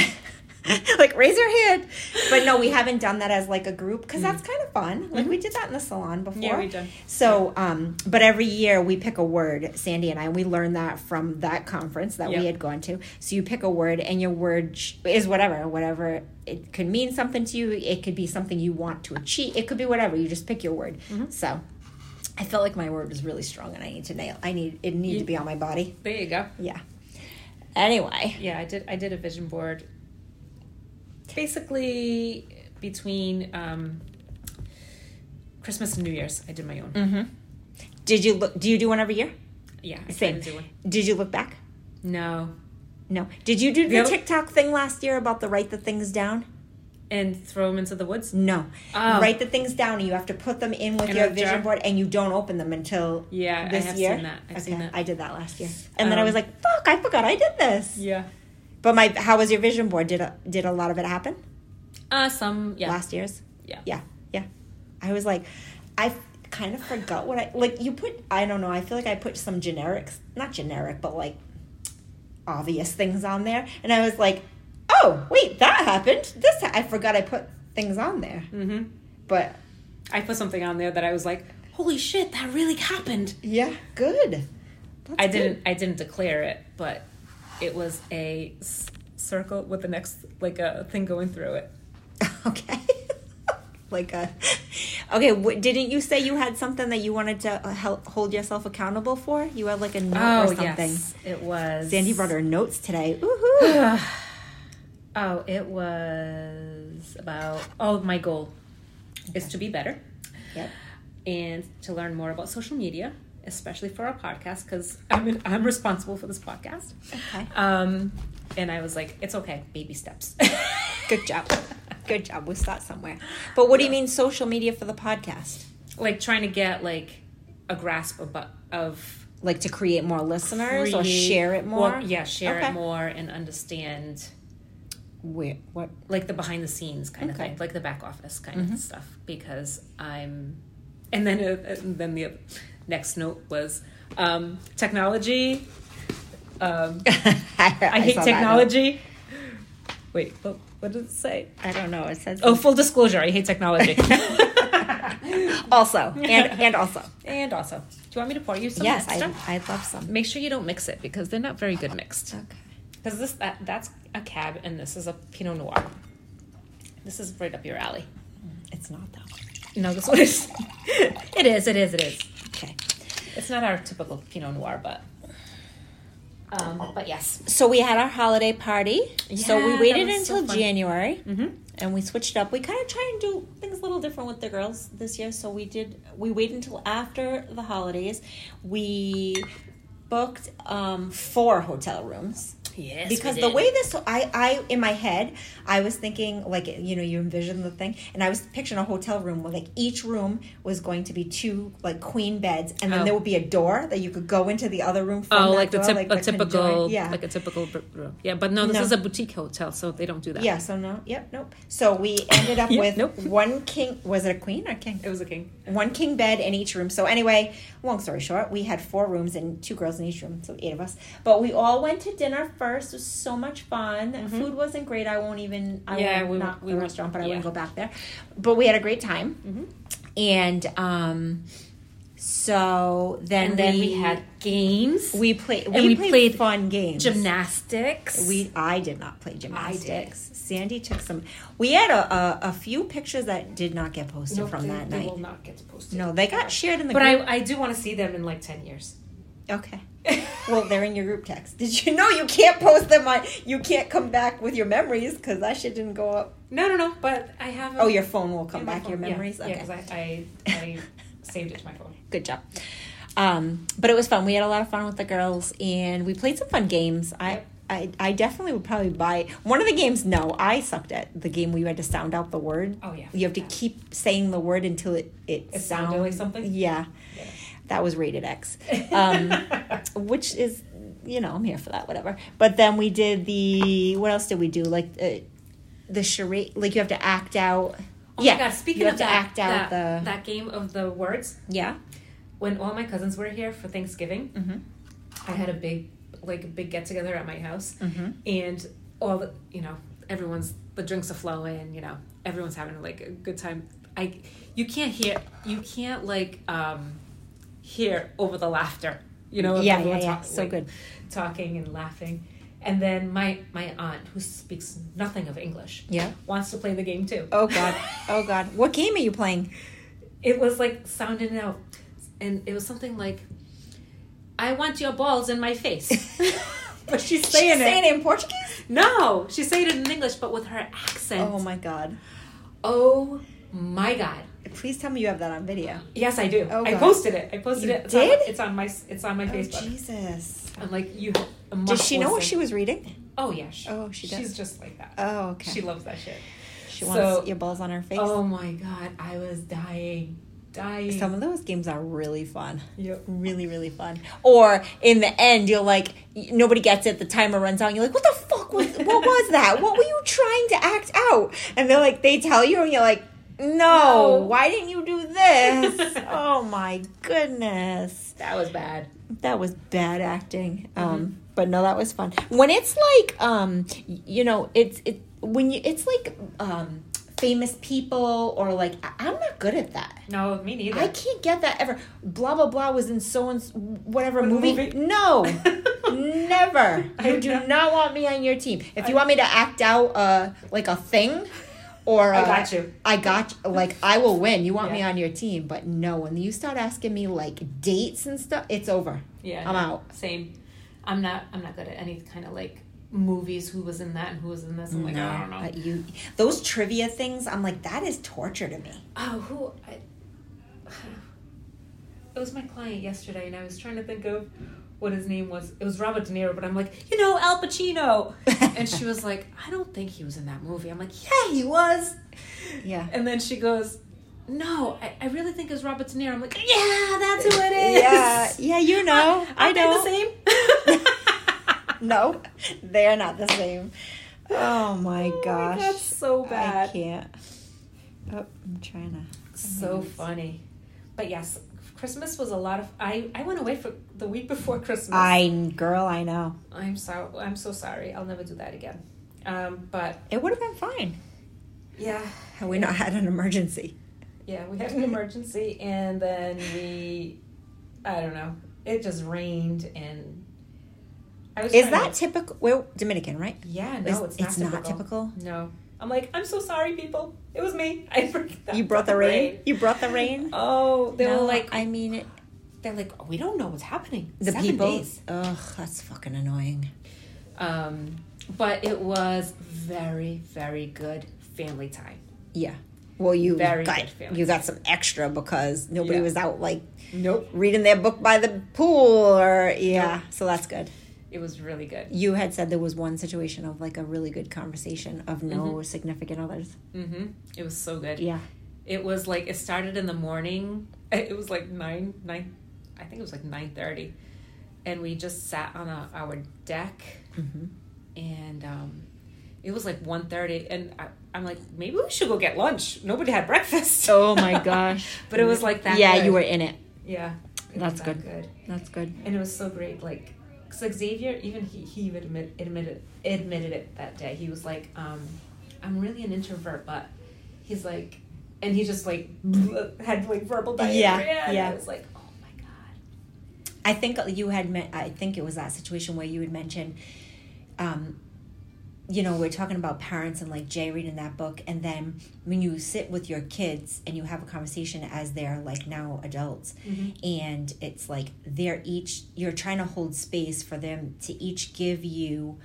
Speaker 3: like raise your hand. But no, we haven't done that as like a group because that's kind of fun. Like Mm-hmm. we did that in the salon before.
Speaker 1: Yeah, we did.
Speaker 3: So, um, but every year we pick a word, Sandy and I, and we learned that from that conference that
Speaker 1: Yep.
Speaker 3: we had gone to. So you pick a word, and your word sh- is whatever, whatever. It could mean something to you. It could be something you want to achieve. It could be whatever. You just pick your word. So, I felt like my word was really strong, and I need to nail. I need it need to be on my body.
Speaker 1: There you go.
Speaker 3: Yeah. Anyway.
Speaker 1: Yeah, I did. I did a vision board. Basically, between um, Christmas and New Year's, I did my own.
Speaker 3: Did you look? Do you do one every year?
Speaker 1: Yeah, I
Speaker 3: Same.
Speaker 1: tried to do one.
Speaker 3: Did you look back?
Speaker 1: No,
Speaker 3: No. Did you do the
Speaker 1: Yep.
Speaker 3: TikTok thing last year about the write the things down?
Speaker 1: and throw them into the woods.
Speaker 3: No.
Speaker 1: Oh.
Speaker 3: Write the things down and you have to put them in with
Speaker 1: In
Speaker 3: your
Speaker 1: a
Speaker 3: vision
Speaker 1: jar?
Speaker 3: board and you don't open them until
Speaker 1: Yeah,
Speaker 3: this
Speaker 1: I have
Speaker 3: year.
Speaker 1: seen that. I've seen
Speaker 3: Okay,
Speaker 1: that.
Speaker 3: I did that last year. And then I
Speaker 1: Um,
Speaker 3: was like, fuck, I forgot I did this.
Speaker 1: yeah.
Speaker 3: But my how was your vision board? Did a, did a lot of it happen?
Speaker 1: Uh, some. Yeah.
Speaker 3: Last year's?
Speaker 1: yeah.
Speaker 3: Yeah. Yeah. I was like I kind of forgot what I like you put I don't know, I feel like I put some generics, not generic, but like obvious things on there and I was like, "Oh, wait, that happened. This ha- I forgot I put things on there."
Speaker 1: hmm
Speaker 3: But
Speaker 1: I put something on there that I was like, "Holy shit, that really happened."
Speaker 3: Yeah, good. That's
Speaker 1: I
Speaker 3: good.
Speaker 1: didn't. I didn't declare it, but it was a s- circle with the next like a thing going through it.
Speaker 3: Okay. like a. Okay, w- didn't you say you had something that you wanted to uh, help hold yourself accountable for? You had like a note
Speaker 1: Oh,
Speaker 3: or something.
Speaker 1: it was
Speaker 3: Sandy brought her notes today. Woohoo!
Speaker 1: Oh, it was about oh my goal is to be better
Speaker 3: yep.
Speaker 1: and to learn more about social media, especially for our podcast because I'm I'm responsible for this podcast.
Speaker 3: Okay.
Speaker 1: Um, and I was like, it's okay, baby steps.
Speaker 3: Good job. Good job. We start somewhere. But what do you mean social media for the podcast?
Speaker 1: like trying to get like a grasp of of
Speaker 3: Like to create more listeners or
Speaker 1: create-
Speaker 3: share it more?
Speaker 1: Well, yeah, share
Speaker 3: Okay.
Speaker 1: it more and understand
Speaker 3: Where, what?
Speaker 1: like the behind the scenes kind
Speaker 3: Okay. Mm-hmm.
Speaker 1: of thing, like the back office kind of stuff. Because I'm, and then uh, and then the other- next note was um, technology. Um,
Speaker 3: I,
Speaker 1: I hate
Speaker 3: saw that note.
Speaker 1: technology. Wait, what, what did it say?
Speaker 3: I don't know. It says
Speaker 1: Oh, full disclosure, I hate technology.
Speaker 3: also and and also.
Speaker 1: and also, do you want me to pour you some
Speaker 3: yes,
Speaker 1: extra?
Speaker 3: I I love some.
Speaker 1: Make sure you don't mix it because they're not very good mixed.
Speaker 3: Okay.
Speaker 1: Because this that that's a cab and this is a Pinot Noir. This is right up your alley.
Speaker 3: It's not though.
Speaker 1: No, this one is. it is. It is. It is.
Speaker 3: Okay.
Speaker 1: It's not our typical Pinot Noir, but. Um, but yes.
Speaker 3: So we had our holiday party. so
Speaker 1: Yeah,
Speaker 3: we
Speaker 1: that
Speaker 3: waited
Speaker 1: was so
Speaker 3: until
Speaker 1: fun.
Speaker 3: January
Speaker 1: Mm-hmm.
Speaker 3: and we switched up. We kind of try and do things a little different with the girls this year. So we did we waited until after the holidays. We booked um four hotel rooms.
Speaker 1: Yes.
Speaker 3: because the way this I, I in my head i was thinking like you know you envision the thing and i was picturing a hotel room where like each room was going to be two like queen beds and then
Speaker 1: Oh.
Speaker 3: there would be a door that you could go into the other room from
Speaker 1: Oh,
Speaker 3: that
Speaker 1: like the,
Speaker 3: door,
Speaker 1: tip, a
Speaker 3: the conjoined-
Speaker 1: typical,
Speaker 3: yeah
Speaker 1: like a typical br- room. Yeah, but no, this
Speaker 3: No.
Speaker 1: is a boutique hotel, so they don't do that.
Speaker 3: yeah so no yep nope so we ended up
Speaker 1: Yep,
Speaker 3: with
Speaker 1: nope.
Speaker 3: one king was it a queen or king
Speaker 1: it was a king.
Speaker 3: one king bed in each room. So anyway, long story short, we had four rooms and two girls in each room, so eight of us. But we all went to dinner first. It was so much fun. Food wasn't great. I won't even. I
Speaker 1: Mm-hmm. Yeah,
Speaker 3: won't
Speaker 1: we-
Speaker 3: knock
Speaker 1: we
Speaker 3: the
Speaker 1: won't-
Speaker 3: restaurant, but I
Speaker 1: yeah. Mm-hmm.
Speaker 3: wouldn't go back there. But we had a great time. And um, so then
Speaker 1: And, then we, had games,
Speaker 3: we played we,
Speaker 1: and we
Speaker 3: played,
Speaker 1: played
Speaker 3: fun games.
Speaker 1: gymnastics.
Speaker 3: We I did not play gymnastics. Sandy took some. We had a, a, a few pictures that did not get posted from
Speaker 1: they,
Speaker 3: that
Speaker 1: they
Speaker 3: night.
Speaker 1: will not get posted.
Speaker 3: No, they got shared in the
Speaker 1: But
Speaker 3: group.
Speaker 1: I, I do want to see them in like 10 years.
Speaker 3: Okay. Well, they're in your group text. Did you know you can't post them on? You can't come back with your memories because that shit didn't go up.
Speaker 1: No, no, no, but I have. a-
Speaker 3: Oh, your phone will come
Speaker 1: in my
Speaker 3: back. Your
Speaker 1: phone. Yeah,
Speaker 3: memories.
Speaker 1: Yeah,
Speaker 3: okay.
Speaker 1: because I, I, I saved it to my phone.
Speaker 3: Good job. Um, but it was fun. We had a lot of fun with the girls, and we played some fun games. I.
Speaker 1: Yep.
Speaker 3: I, I definitely would probably buy one of the games. No, I sucked at the game where you had to sound out the word.
Speaker 1: Oh, yeah.
Speaker 3: You have to keep saying the word until it it,
Speaker 1: It sounded like something?
Speaker 3: Yeah,
Speaker 1: Yeah.
Speaker 3: that was rated X. Um,
Speaker 1: Oh
Speaker 3: which is you know i'm here for that whatever but then we did the what else did we do like uh, the charade like you have to act out
Speaker 1: Oh my god! Speaking
Speaker 3: you have
Speaker 1: of
Speaker 3: to
Speaker 1: that,
Speaker 3: act out
Speaker 1: that,
Speaker 3: the
Speaker 1: that game of the words,
Speaker 3: yeah
Speaker 1: when all my cousins were here for Thanksgiving,
Speaker 3: Mhm.
Speaker 1: I had a big like a big get together at my house, and all the you know everyone's the drinks are flowing, you know, everyone's having like a good time. I you can't hear you can't like um hear over the laughter. You know, if
Speaker 3: Yeah, yeah,
Speaker 1: everyone's
Speaker 3: yeah.
Speaker 1: talk-
Speaker 3: So
Speaker 1: like,
Speaker 3: good.
Speaker 1: talking and laughing. And then my my aunt who speaks nothing of English
Speaker 3: Yeah.
Speaker 1: wants to play the game too.
Speaker 3: Oh god. Oh god. What game are you playing?
Speaker 1: It was like sound in and out. And it was something like I want your balls in my face. but she's saying it.
Speaker 3: saying it in Portuguese.
Speaker 1: No, she said it in English, but with her accent.
Speaker 3: Oh my god.
Speaker 1: Oh my god.
Speaker 3: Please tell me you have that on video.
Speaker 1: Yes, I do.
Speaker 3: Oh,
Speaker 1: I
Speaker 3: God.
Speaker 1: posted it. I posted
Speaker 3: You
Speaker 1: it. It's
Speaker 3: did?
Speaker 1: On, it's on my it's on my
Speaker 3: Oh
Speaker 1: Facebook.
Speaker 3: Jesus.
Speaker 1: I'm like you.
Speaker 3: Did she know what she was reading?
Speaker 1: Oh yeah. She,
Speaker 3: Oh, she does.
Speaker 1: She's just like that.
Speaker 3: Oh, okay. She,
Speaker 1: She loves that shit.
Speaker 3: wants
Speaker 1: so-
Speaker 3: your balls on her face.
Speaker 1: Oh my god, I was dying, dying.
Speaker 3: Some of those games are really fun.
Speaker 1: Yep.
Speaker 3: Really, really fun. Or in the end, you're like, y- nobody gets it. The timer runs out. And you're like, what the fuck was? What was that? What were you trying to act out? And they're like, they tell you, and you're like, no.
Speaker 1: No.
Speaker 3: Why didn't you do this? oh my goodness.
Speaker 1: That was bad.
Speaker 3: that was bad acting um but no that was fun when it's like um y- you know it's it when you it's like um famous people or like I- i'm not good at that
Speaker 1: No, me neither.
Speaker 3: i can't get that ever blah blah blah was in so and whatever
Speaker 1: What
Speaker 3: movie.
Speaker 1: movie?
Speaker 3: no never
Speaker 1: I
Speaker 3: you do
Speaker 1: know.
Speaker 3: not want me on your team if you want me to act out uh like a thing or
Speaker 1: I
Speaker 3: uh,
Speaker 1: got you.
Speaker 3: I got like I will win. You want me
Speaker 1: Yeah.
Speaker 3: on your team, but no. When you start asking me like dates and stuff, it's over.
Speaker 1: Yeah.
Speaker 3: I'm out.
Speaker 1: Same. I'm not. I'm not good at any kind of like movies. Who was in that and who was in this? I'm like, Oh I don't know.
Speaker 3: But you, those trivia things, I'm like, that is torture to me.
Speaker 1: Oh, who? I, it was my client yesterday, and I was trying to think of what his name was. It was Robert De Niro, but I'm like, you know, Al Pacino. and she was like, I don't think he was in that movie. I'm like, yeah, he was.
Speaker 3: Yeah.
Speaker 1: And then she goes, No, I, I really think it's Robert De Niro. I'm like, yeah, that's who it is.
Speaker 3: Yeah, yeah, you know. I
Speaker 1: Aren't they
Speaker 3: know.
Speaker 1: the Oh same.
Speaker 3: No, they're not the same. Oh my
Speaker 1: Oh my
Speaker 3: gosh,
Speaker 1: God, so bad.
Speaker 3: I can't. Oh, I'm trying to.
Speaker 1: So
Speaker 3: Mhm.
Speaker 1: funny. But yes, Christmas was a lot of. I I went away for the week before Christmas.
Speaker 3: I girl, I know.
Speaker 1: I'm so I'm so sorry. I'll never do that again. Um, but
Speaker 3: It would have been fine
Speaker 1: yeah,
Speaker 3: had we not had an emergency.
Speaker 1: yeah, we had an emergency, and then we, I don't know, it just rained, and I was.
Speaker 3: Is
Speaker 1: trying to-
Speaker 3: that typical? Well, Dominican, right?
Speaker 1: yeah? No,
Speaker 3: Is-
Speaker 1: it's, not, typical.
Speaker 3: typical.
Speaker 1: No, I'm like, I'm so sorry, people. It was me. I brought that
Speaker 3: You brought the rain. You brought the rain.
Speaker 1: Oh, they
Speaker 3: No,
Speaker 1: were like,
Speaker 3: I mean, it,
Speaker 1: they're like, we don't know what's happening.
Speaker 3: the
Speaker 1: Seven
Speaker 3: people.
Speaker 1: days.
Speaker 3: Ugh, that's fucking annoying.
Speaker 1: Um, but it was very, very good family time.
Speaker 3: Yeah. Well, you
Speaker 1: Very good
Speaker 3: got
Speaker 1: feelings.
Speaker 3: you got some extra because nobody
Speaker 1: Yeah.
Speaker 3: was out like
Speaker 1: Nope.
Speaker 3: reading their book by the pool or yeah. So that's good.
Speaker 1: It was really good.
Speaker 3: You had said there was one situation of like a really good conversation of no significant others.
Speaker 1: Mm-hmm. It was so good.
Speaker 3: Yeah.
Speaker 1: It was like it started in the morning. It was like nine nine, I think it was like nine thirty, and we just sat on a, our deck,
Speaker 3: Mm-hmm.
Speaker 1: and um, it was like one thirty, and I, I'm like maybe we should go get lunch. Nobody had breakfast.
Speaker 3: Oh my gosh.
Speaker 1: but it was like that.
Speaker 3: yeah,
Speaker 1: good.
Speaker 3: you were in it.
Speaker 1: Yeah, it was
Speaker 3: That's
Speaker 1: that
Speaker 3: good.
Speaker 1: Good,
Speaker 3: That's good.
Speaker 1: and it was so great. Like, 'cause, like Xavier, even he he even admit, admitted admitted it that day. He was like, um, "I'm really an introvert," but he's like, and he just like had like verbal diarrhea.
Speaker 3: Yeah,
Speaker 1: and
Speaker 3: yeah.
Speaker 1: I was like, "Oh my god."
Speaker 3: I think you had met. I think it was that situation where you had mentioned, um, you know, we're talking about parents and like Jay reading that book, and then when you sit with your kids and you have a conversation as they're like now adults, and it's like they're each you're trying to hold space for them to each give you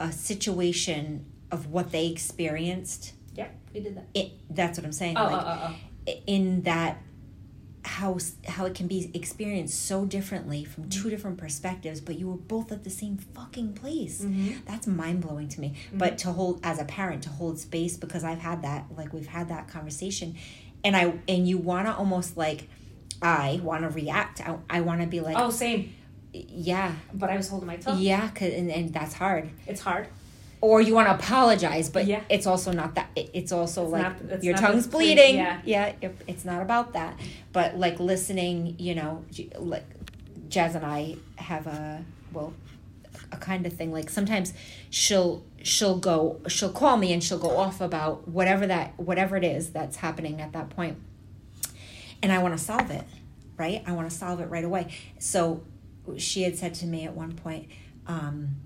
Speaker 3: a situation of what they experienced.
Speaker 1: Yeah, we did that.
Speaker 3: It, that's what I'm saying.
Speaker 1: Oh,
Speaker 3: like,
Speaker 1: oh, oh, oh.
Speaker 3: in that how how it can be experienced so differently from two different perspectives but you were both at the same fucking place
Speaker 1: Mm-hmm.
Speaker 3: that's mind-blowing to me but to hold as a parent to hold space because i've had that like we've had that conversation and i and you want to almost like i want to react i, I want to be like
Speaker 1: Oh, same.
Speaker 3: yeah
Speaker 1: But I was holding my tongue.
Speaker 3: yeah 'cause- and, and that's hard
Speaker 1: It's hard.
Speaker 3: or you want to apologize, but
Speaker 1: Yeah.
Speaker 3: it's also not that. it- it's also like
Speaker 1: not- it's
Speaker 3: your
Speaker 1: not
Speaker 3: tongue's
Speaker 1: the sweet-
Speaker 3: bleeding.
Speaker 1: yeah.
Speaker 3: yeah, it- it's not about that. But like listening, you know, j- like Jazz and I have a well, a kind of thing. Like sometimes she'll she'll go she'll call me and she'll go off about whatever that whatever it is that's happening at that point. And I want to solve it, right? I want to solve it right away. So she had said to me at one point, um,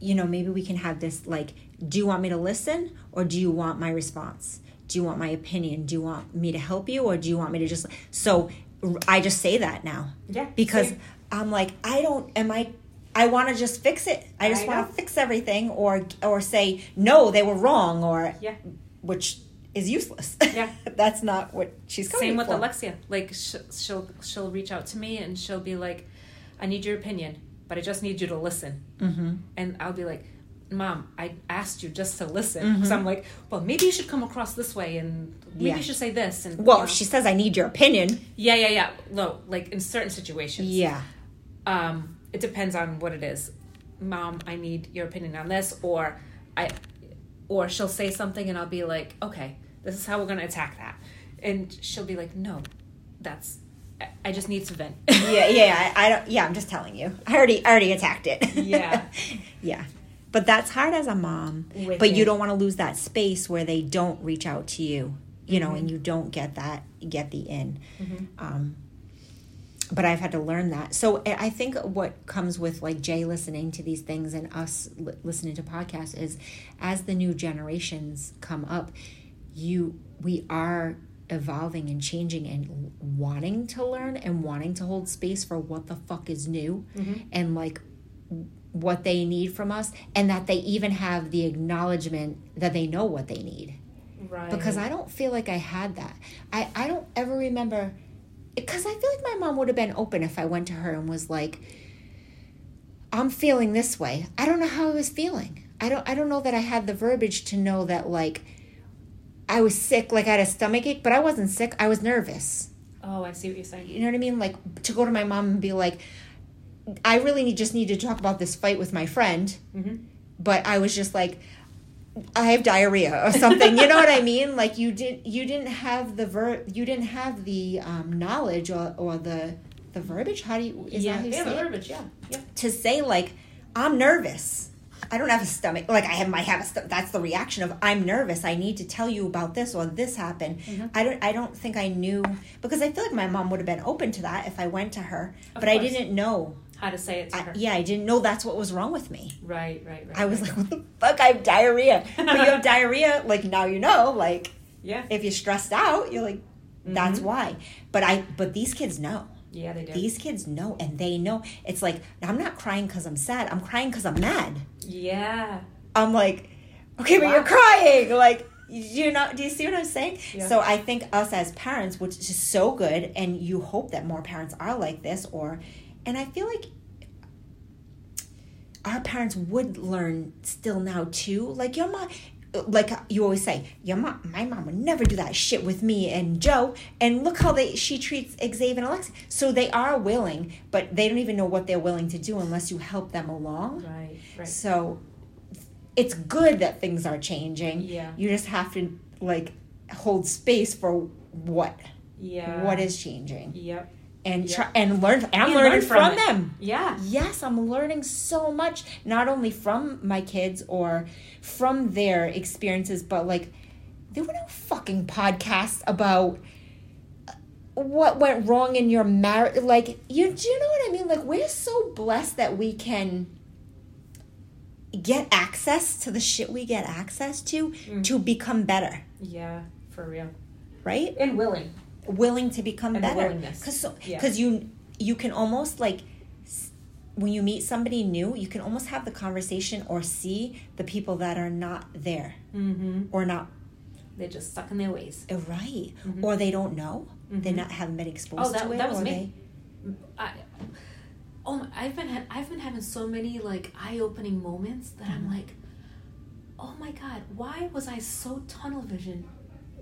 Speaker 3: you know, maybe we can have this like, do you want me to listen or do you want my response? Do you want my opinion? Do you want me to help you or do you want me to just so r- I just say that now
Speaker 1: Yeah.
Speaker 3: because
Speaker 1: same.
Speaker 3: I'm like I don't am I I want to just fix it. I just
Speaker 1: I
Speaker 3: want
Speaker 1: know.
Speaker 3: to fix everything or or say no, they were wrong or
Speaker 1: yeah.
Speaker 3: which is useless.
Speaker 1: Yeah.
Speaker 3: That's not what she's coming
Speaker 1: Same with
Speaker 3: for.
Speaker 1: Alexia. Like sh- she'll she'll reach out to me and she'll be like, "I need your opinion, but I just need you to listen."
Speaker 3: Mm-hmm.
Speaker 1: And I'll be like, "Mom, I asked you just to listen." So I'm like, "Well, maybe you should come across this way, and maybe
Speaker 3: Mm-hmm. Yeah.
Speaker 1: you should say this." And
Speaker 3: Well,
Speaker 1: you know.
Speaker 3: if she says I need your opinion.
Speaker 1: yeah, yeah, yeah. No, like in certain situations,
Speaker 3: Yeah.
Speaker 1: um, it depends on what it is. Mom, I need your opinion on this, or I, or she'll say something and I'll be like, okay, this is how we're gonna attack that, and she'll be like, no, that's, I, I just need to vent.
Speaker 3: Yeah, yeah, I, I don't yeah, I'm just telling you. I already I already attacked it.
Speaker 1: Yeah.
Speaker 3: yeah. But that's hard as a mom. But you
Speaker 1: Wicked.
Speaker 3: don't want to lose that space where they don't reach out to you, you know, and you don't get that get the in. Um, but I've had to learn that. So eh, I I think what comes with like Jay listening to these things and us li- listening to podcasts is as the new generations come up, you we are evolving and changing and wanting to learn and wanting to hold space for what the fuck is new and like what they need from us and that they even have the acknowledgement that they know what they need
Speaker 1: right.
Speaker 3: because I don't feel like I had that. I, I don't ever remember because I feel like my mom would have been open if I went to her and was like, I'm feeling this way. I don't know how I was feeling. I don't I don't know that I had the verbiage to know that like I was sick, like I had a stomach ache, but I wasn't sick. I was nervous.
Speaker 1: oh, I see what you're saying.
Speaker 3: You know what I mean? Like to go to my mom and be like, I really need, just need to talk about this fight with my friend
Speaker 1: Mhm.
Speaker 3: but I was just like I have diarrhea or something. You know what I mean? Like you didn't you didn't have the ver you didn't have the um, knowledge or, or the the verbiage. How do you is that how you
Speaker 1: yeah,
Speaker 3: say it?
Speaker 1: verbiage, yeah, yeah.
Speaker 3: to say like I'm nervous. I don't have a stomach. Like I have my have a stomach. That's the reaction of I'm nervous. I need to tell you about this or this happened.
Speaker 1: Mm-hmm.
Speaker 3: I don't. I don't think I knew because I feel like my mom would have been open to that if I went to her,
Speaker 1: Of
Speaker 3: but I
Speaker 1: course.
Speaker 3: didn't know.
Speaker 1: How to say it to
Speaker 3: I,
Speaker 1: her.
Speaker 3: yeah, I didn't know that's what was wrong with me.
Speaker 1: Right, right, right.
Speaker 3: I was
Speaker 1: right.
Speaker 3: like, what the fuck? I have diarrhea. But you have diarrhea, like now you know, like
Speaker 1: yeah,
Speaker 3: if you're stressed out, you're like, that's
Speaker 1: Mhm.
Speaker 3: why. But I, but these kids know.
Speaker 1: yeah, they do.
Speaker 3: These kids know, and they know. It's like I'm not crying because I'm sad. I'm crying because I'm mad.
Speaker 1: yeah,
Speaker 3: I'm like, okay, but
Speaker 1: Wow.
Speaker 3: you're crying. Like, you know, do you see what I'm saying?
Speaker 1: Yeah.
Speaker 3: So I think us as parents, which is so good, and you hope that more parents are like this, or, and I feel like our parents would learn still now too. Like your mom, like you always say, your mom, my mom would never do that shit with me and Joe. And look how they she treats Xavier and Alexa. So they are willing, but they don't even know what they're willing to do unless you help them along.
Speaker 1: right, right.
Speaker 3: So it's good that things are changing.
Speaker 1: Yeah,
Speaker 3: You just have to like hold space for what
Speaker 1: yeah.
Speaker 3: what is changing
Speaker 1: Yep.
Speaker 3: and
Speaker 1: Yeah.
Speaker 3: try and learn and I'm
Speaker 1: And
Speaker 3: learning
Speaker 1: learn
Speaker 3: from,
Speaker 1: from it.
Speaker 3: them.
Speaker 1: Yeah.
Speaker 3: Yes, I'm learning so much not only from my kids or from their experiences but like there were no fucking podcasts about what went wrong in your marriage like you do you know what i mean like we're so blessed that we can get access to the shit we get access to
Speaker 1: Mm.
Speaker 3: to become better
Speaker 1: Yeah, for real.
Speaker 3: right
Speaker 1: And willing.
Speaker 3: willing to become
Speaker 1: And the
Speaker 3: better
Speaker 1: willingness.
Speaker 3: because
Speaker 1: Yeah.
Speaker 3: because you you can almost like s- when you meet somebody new you can almost have the conversation or see the people that are not there
Speaker 1: Mm-hmm.
Speaker 3: or not uh,
Speaker 1: They're just stuck in their ways.
Speaker 3: right
Speaker 1: Mhm.
Speaker 3: or they don't know they
Speaker 1: Mhm.
Speaker 3: not haven't been exposed
Speaker 1: Oh, that,
Speaker 3: to it
Speaker 1: that was
Speaker 3: or
Speaker 1: me.
Speaker 3: they
Speaker 1: I, oh, my- I've been ha- I've been having so many like eye-opening moments that
Speaker 3: Mm-hmm.
Speaker 1: I'm like, oh my god, why was I so tunnel vision?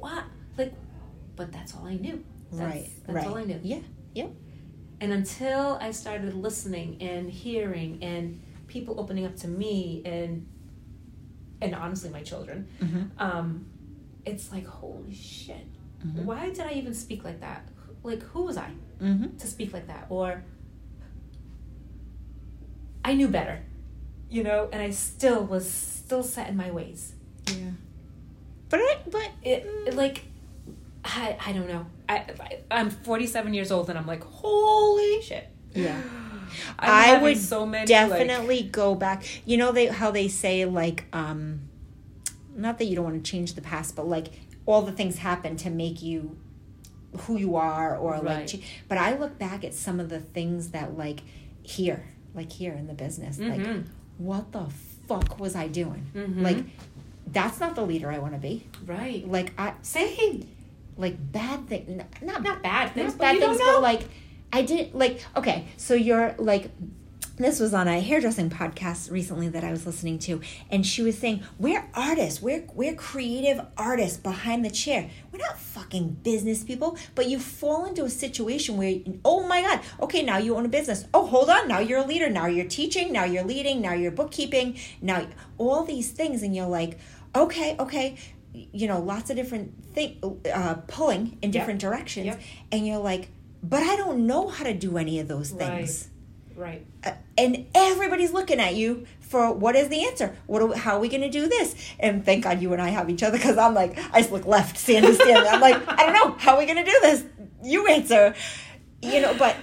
Speaker 1: What like, but that's all I knew. That's,
Speaker 3: right.
Speaker 1: That's
Speaker 3: right.
Speaker 1: all I knew.
Speaker 3: Yeah.
Speaker 1: And until I started listening and hearing and people opening up to me and and honestly my children,
Speaker 3: Mhm.
Speaker 1: um, it's like holy shit.
Speaker 3: Mhm.
Speaker 1: Why did I even speak like that? Like who was I?
Speaker 3: Mm-hmm.
Speaker 1: to speak like that or I knew better, you know, and I still was still set in my ways.
Speaker 3: Yeah. But I, but
Speaker 1: It, it, like, I, I don't know. I, I I'm 47 years old and I'm like, holy shit.
Speaker 3: yeah.
Speaker 1: I'm
Speaker 3: I
Speaker 1: having
Speaker 3: would
Speaker 1: so many like-
Speaker 3: definitely go back. You know they how they say like um not that you don't want to change the past, but like all the things happen to make you who you are or like
Speaker 1: Right.
Speaker 3: ch- but I look back at some of the things that like here, like here in the business, like
Speaker 1: Mhm.
Speaker 3: what the fuck was I doing?
Speaker 1: Mhm.
Speaker 3: Like that's not the leader I want to be.
Speaker 1: right.
Speaker 3: Like I
Speaker 1: Same.
Speaker 3: like bad thing n- not
Speaker 1: Not bad things,
Speaker 3: not
Speaker 1: but
Speaker 3: bad
Speaker 1: you
Speaker 3: things,
Speaker 1: don't know.
Speaker 3: but like I didn't like. Okay, so you're like, this was on a hairdressing podcast recently that I was listening to, and she was saying we're artists, we're we're creative artists behind the chair. We're not fucking business people, but you fall into a situation where oh my god, okay, now you own a business. Oh, hold on, now you're a leader. Now you're teaching. Now you're leading. Now you're bookkeeping. Now all these things, and you're like, okay, okay. You know, lots of different thing uh, pulling in
Speaker 1: Yep.
Speaker 3: different directions,
Speaker 1: Yep.
Speaker 3: and you're like, but I don't know how to do any of those things.
Speaker 1: Right.
Speaker 3: Uh, and everybody's looking at you for what is the answer? What? Are, how are we going to do this? And thank God you and I have each other because I'm like, I just look left, Sandy, Sandy. I'm like, I don't know how are we going to do this. You answer, you know. But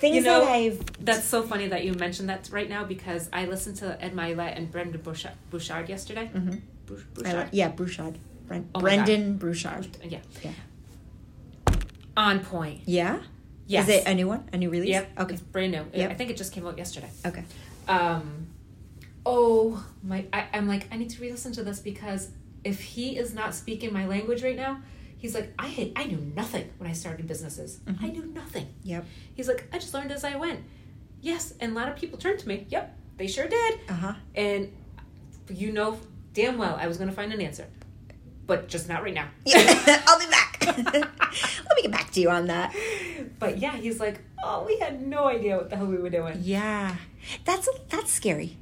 Speaker 3: things
Speaker 1: You know,
Speaker 3: that I've
Speaker 1: That's so funny that you mentioned that right now because I listened to Ed Milet and Brenda Bouchard, Bouchard yesterday.
Speaker 3: Mhm.
Speaker 1: Bouch-
Speaker 3: I
Speaker 1: Bouchard?
Speaker 3: like- yeah, Brouchard, Bren-
Speaker 1: Mm-hmm. Oh my
Speaker 3: Brendan Brouchard.
Speaker 1: yeah.
Speaker 3: Yeah.
Speaker 1: On point.
Speaker 3: Yeah.
Speaker 1: Yes.
Speaker 3: Is it a new one? A new release?
Speaker 1: Yep.
Speaker 3: Okay.
Speaker 1: It's brand new.
Speaker 3: Yep.
Speaker 1: I think it just came out yesterday.
Speaker 3: Okay.
Speaker 1: Um, oh my! I, I'm like, I need to re-listen to this because if he is not speaking my language right now, he's like, I had, I knew nothing when I started businesses.
Speaker 3: Mm-hmm.
Speaker 1: I knew nothing.
Speaker 3: Yep.
Speaker 1: He's like, I just learned as I went. Yes, and a lot of people turned to me. Yep, they sure did.
Speaker 3: Uh huh.
Speaker 1: And you know damn well I was going to find an answer, but just not right now.
Speaker 3: Yeah, I'll be back. Let me get back to you on that.
Speaker 1: But yeah, he's like, oh, we had no idea what the hell we were doing.
Speaker 3: Yeah, that's that's scary,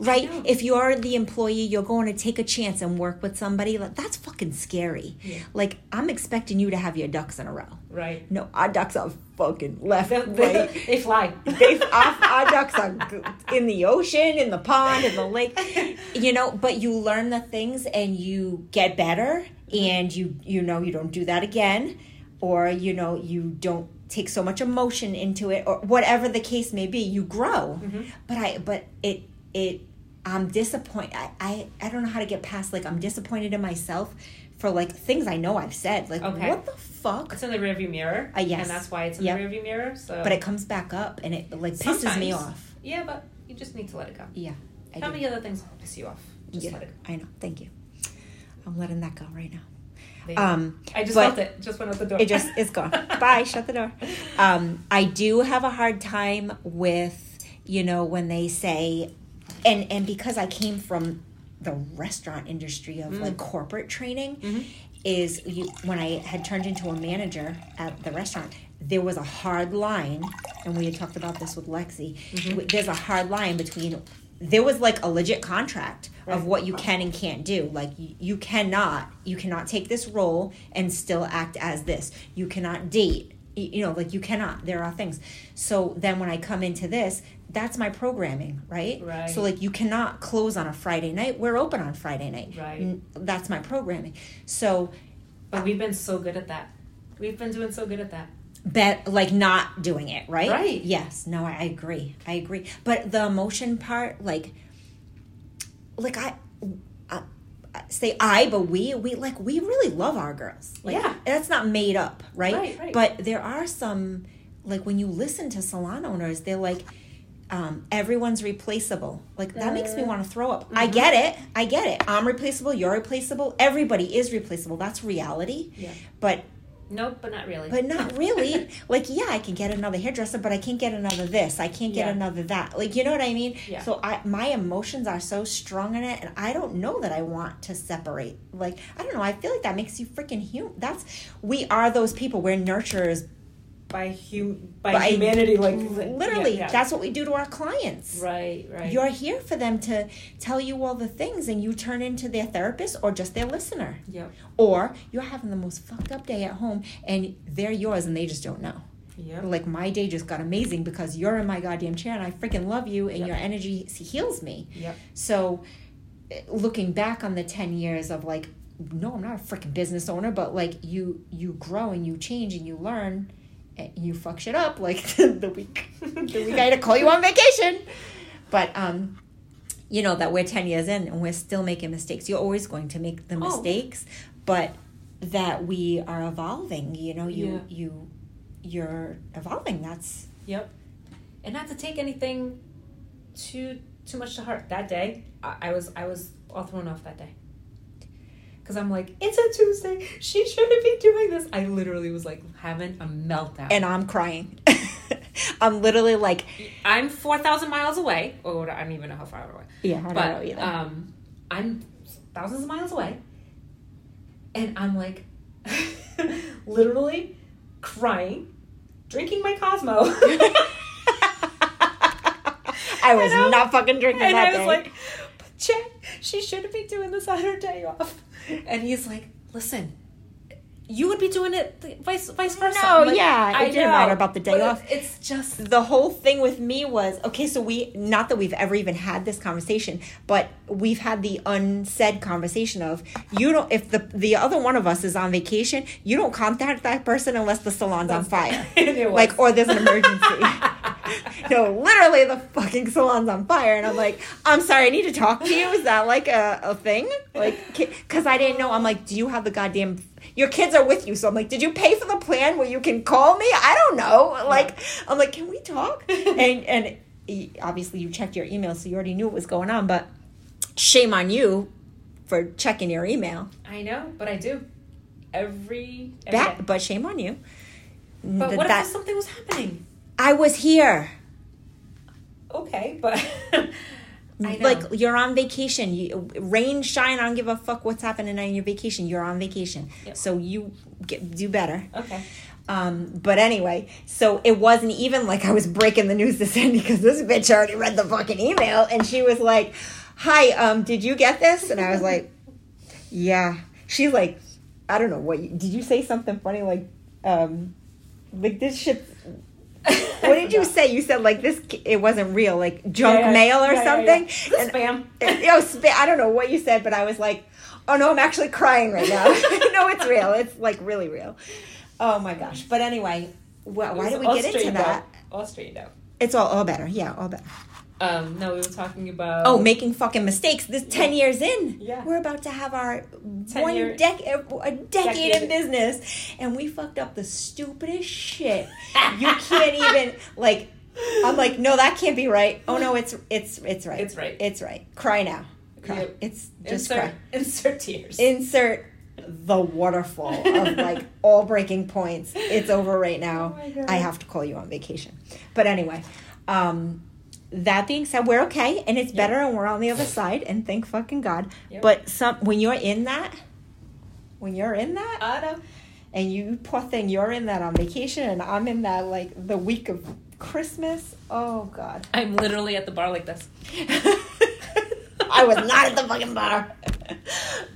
Speaker 3: right?
Speaker 1: know.
Speaker 3: If you are the employee, you're going to take a chance and work with somebody. Like that's fucking scary.
Speaker 1: Yeah.
Speaker 3: Like I'm expecting you to have your ducks in a row.
Speaker 1: Right.
Speaker 3: No, our ducks are fucking left,
Speaker 1: They,
Speaker 3: right.
Speaker 1: they fly.
Speaker 3: They, our, our ducks are g- in the ocean, in the pond, in the lake. You know, but you learn the things and you get better, and you you know you don't do that again, or you know you don't take so much emotion into it, or whatever the case may be. You grow,
Speaker 1: Mm-hmm.
Speaker 3: but I but it it I'm disappointed. I, I I don't know how to get past like I'm disappointed in myself for like things I know I've said. Like
Speaker 1: Okay.
Speaker 3: what the fuck?
Speaker 1: It's in the rearview mirror.
Speaker 3: Uh, yes.
Speaker 1: And that's why it's in
Speaker 3: Yep.
Speaker 1: the rearview mirror. So
Speaker 3: But it comes back up and it like pisses me
Speaker 1: Sometimes.
Speaker 3: off.
Speaker 1: Yeah, but you just need to let it go.
Speaker 3: Yeah. I
Speaker 1: How
Speaker 3: do.
Speaker 1: many other things will piss you off? Just
Speaker 3: Yeah,
Speaker 1: let it go.
Speaker 3: I know. Thank you. I'm letting that go right now.
Speaker 1: There you go.
Speaker 3: Um,
Speaker 1: I just
Speaker 3: but-
Speaker 1: felt it. Just went out the door.
Speaker 3: it just it's gone. Bye. Shut the door. Um, I do have a hard time with you know when they say, and and because I came from the restaurant industry of
Speaker 1: Mm.
Speaker 3: like corporate training,
Speaker 1: Mm-hmm.
Speaker 3: is you, when I had turned into a manager at the restaurant. There was a hard line, and we had talked about this with Lexi. w- There's a hard line between. There was like a legit contract of
Speaker 1: Right.
Speaker 3: what you can and can't do. Like you, you cannot, you cannot take this role and still act as this. You cannot date. Y- You know, like you cannot. There are things. So then when I come into this, that's my programming, right?
Speaker 1: Right.
Speaker 3: So like you cannot close on a Friday night. We're open on Friday night.
Speaker 1: Right.
Speaker 3: N- That's my programming. So
Speaker 1: But we've been so good at that. We've been doing so good at that.
Speaker 3: bet like not doing it right
Speaker 1: Right.
Speaker 3: yes no i I agree i agree but the emotion part like like i, I I say i but we we like we really love our girls like,
Speaker 1: Yeah.
Speaker 3: that's not made up right?
Speaker 1: Right, right.
Speaker 3: but there are some like when you listen to salon owners they're like um, everyone's replaceable like that makes
Speaker 1: Uh,
Speaker 3: me want to throw up
Speaker 1: mm-hmm.
Speaker 3: i get it i get it i'm replaceable you're replaceable everybody is replaceable that's reality
Speaker 1: Yeah.
Speaker 3: but
Speaker 1: Nope, but not really.
Speaker 3: but not really. like, yeah, I can get another hairdresser, but I can't get another this. I can't get
Speaker 1: Yeah.
Speaker 3: another that. Like, you know what I mean?
Speaker 1: Yeah.
Speaker 3: So I, my emotions are so strong in it, and I don't know that I want to separate. Like, I don't know. I feel like that makes you freaking human. That's we are those people. We're nurturers.
Speaker 1: by hum by,
Speaker 3: By-
Speaker 1: humanity, like
Speaker 3: Literally,
Speaker 1: yeah, yeah.
Speaker 3: that's what we do to our clients.
Speaker 1: right, right.
Speaker 3: You're here for them to tell you all the things, and you turn into their therapist or just their listener.
Speaker 1: Yep.
Speaker 3: Or you're having the most fucked up day at home, and they're yours, and they just don't know.
Speaker 1: Yep.
Speaker 3: Like my day just got amazing because you're in my goddamn chair and I freaking love you and
Speaker 1: Yep.
Speaker 3: your energy heals me.
Speaker 1: Yep.
Speaker 3: So, eh, looking back on the 10 years of like, no, I'm not a freaking business owner, but like you you grow and you change and you learn, and you fuck shit up like the week the week I had to call you on vacation. But um, you know that we're 10 years in and we're still making mistakes. You're always going to make the
Speaker 1: Oh.
Speaker 3: mistakes, but that we are evolving, you know, you
Speaker 1: Yeah.
Speaker 3: you you're evolving. That's
Speaker 1: Yep. And not to take anything too too much to heart. That day, I, I was I was all thrown off that day. Cause I'm like, it's a Tuesday. She shouldn't be doing this. I literally was like having a meltdown.
Speaker 3: and I'm crying. I'm literally like,
Speaker 1: I'm four thousand miles away, or I don't even know how far away.
Speaker 3: yeah, I don't know
Speaker 1: but
Speaker 3: either.
Speaker 1: um, I'm thousands of miles away, and I'm like, literally crying, drinking my Cosmo.
Speaker 3: I was
Speaker 1: And I was-
Speaker 3: not fucking drinking
Speaker 1: and
Speaker 3: that
Speaker 1: I was
Speaker 3: day.
Speaker 1: like, but Jack, she shouldn't be doing this on her day off. And he's like, listen, you would be doing it th- vice vice versa.
Speaker 3: No,
Speaker 1: I'm like,
Speaker 3: yeah, it
Speaker 1: I
Speaker 3: didn't
Speaker 1: know,
Speaker 3: matter about the day
Speaker 1: but it-
Speaker 3: off.
Speaker 1: It's just
Speaker 3: the whole thing with me was okay so we not that we've ever even had this conversation but we've had the unsaid conversation of you don't if the the other one of us is on vacation you don't contact that person unless the salon's on fire
Speaker 1: It was.
Speaker 3: like or there's an emergency no literally the fucking salon's on fire and i'm like i'm sorry i need to talk to you is that like a, a thing like because i didn't know i'm like do you have the goddamn your kids are with you so i'm like did you pay for the plan where you can call me i don't know like i'm like can we talk and and y- obviously you checked your email so you already knew what was going on but shame on you for checking your email
Speaker 1: I know, but I do every, every
Speaker 3: that
Speaker 1: day.
Speaker 3: but shame on you
Speaker 1: But
Speaker 3: Th-
Speaker 1: what
Speaker 3: that-
Speaker 1: if something was happening?
Speaker 3: i was here
Speaker 1: Okay, but I know.
Speaker 3: Like you're on vacation, you, rain, shine, I don't give a fuck what's happening on your vacation. You're on vacation,
Speaker 1: Yep.
Speaker 3: so you get, do better.
Speaker 1: okay.
Speaker 3: Um, but anyway, so it wasn't even like I was breaking the news to Cindy because this bitch already read the fucking email, and she was like, "Hi, um, did you get this?" And I was like, "Yeah." She's like, "I don't know what you, did you say something funny like, um, like this shit." What did you say? You said like this. It wasn't real, like junk
Speaker 1: Yeah, yeah,
Speaker 3: mail or
Speaker 1: yeah, yeah,
Speaker 3: something.
Speaker 1: yeah. Is this
Speaker 3: And-
Speaker 1: spam?
Speaker 3: it, it was sp- I don't know what you said, but I was like, oh no, I'm actually crying right now. no, it's real. It's like really real. Oh my gosh. But anyway, wh- why did we
Speaker 1: All
Speaker 3: get into
Speaker 1: straightened
Speaker 3: that?
Speaker 1: Out. All straightened out.
Speaker 3: It's all, all better. Yeah, all better.
Speaker 1: Um, no, we were talking about.
Speaker 3: Oh, making fucking mistakes. This 10 years in,
Speaker 1: Yeah.
Speaker 3: we're about to have our one
Speaker 1: year-
Speaker 3: dec- uh, a decade, in
Speaker 1: Decade.
Speaker 3: business. And we fucked up the stupidest shit. you can't even, like, I'm like, no, that can't be right. Oh no, it's it's it's right.
Speaker 1: It's right.
Speaker 3: It's right. Cry now. Cry.
Speaker 1: Yep.
Speaker 3: It's just
Speaker 1: insert,
Speaker 3: cry
Speaker 1: insert tears.
Speaker 3: insert the waterfall of like all breaking points. It's over right now.
Speaker 1: Oh my God.
Speaker 3: I have to call you on vacation. But anyway, um, that being said, we're okay and it's better and we're on the other side and thank fucking God.
Speaker 1: Yep.
Speaker 3: But some when you're in that, when you're in that
Speaker 1: I know.
Speaker 3: and you poor thing, you're in that on vacation and I'm in that like the week of Christmas. Oh God.
Speaker 1: I'm literally at the bar like this.
Speaker 3: I was not at the fucking bar.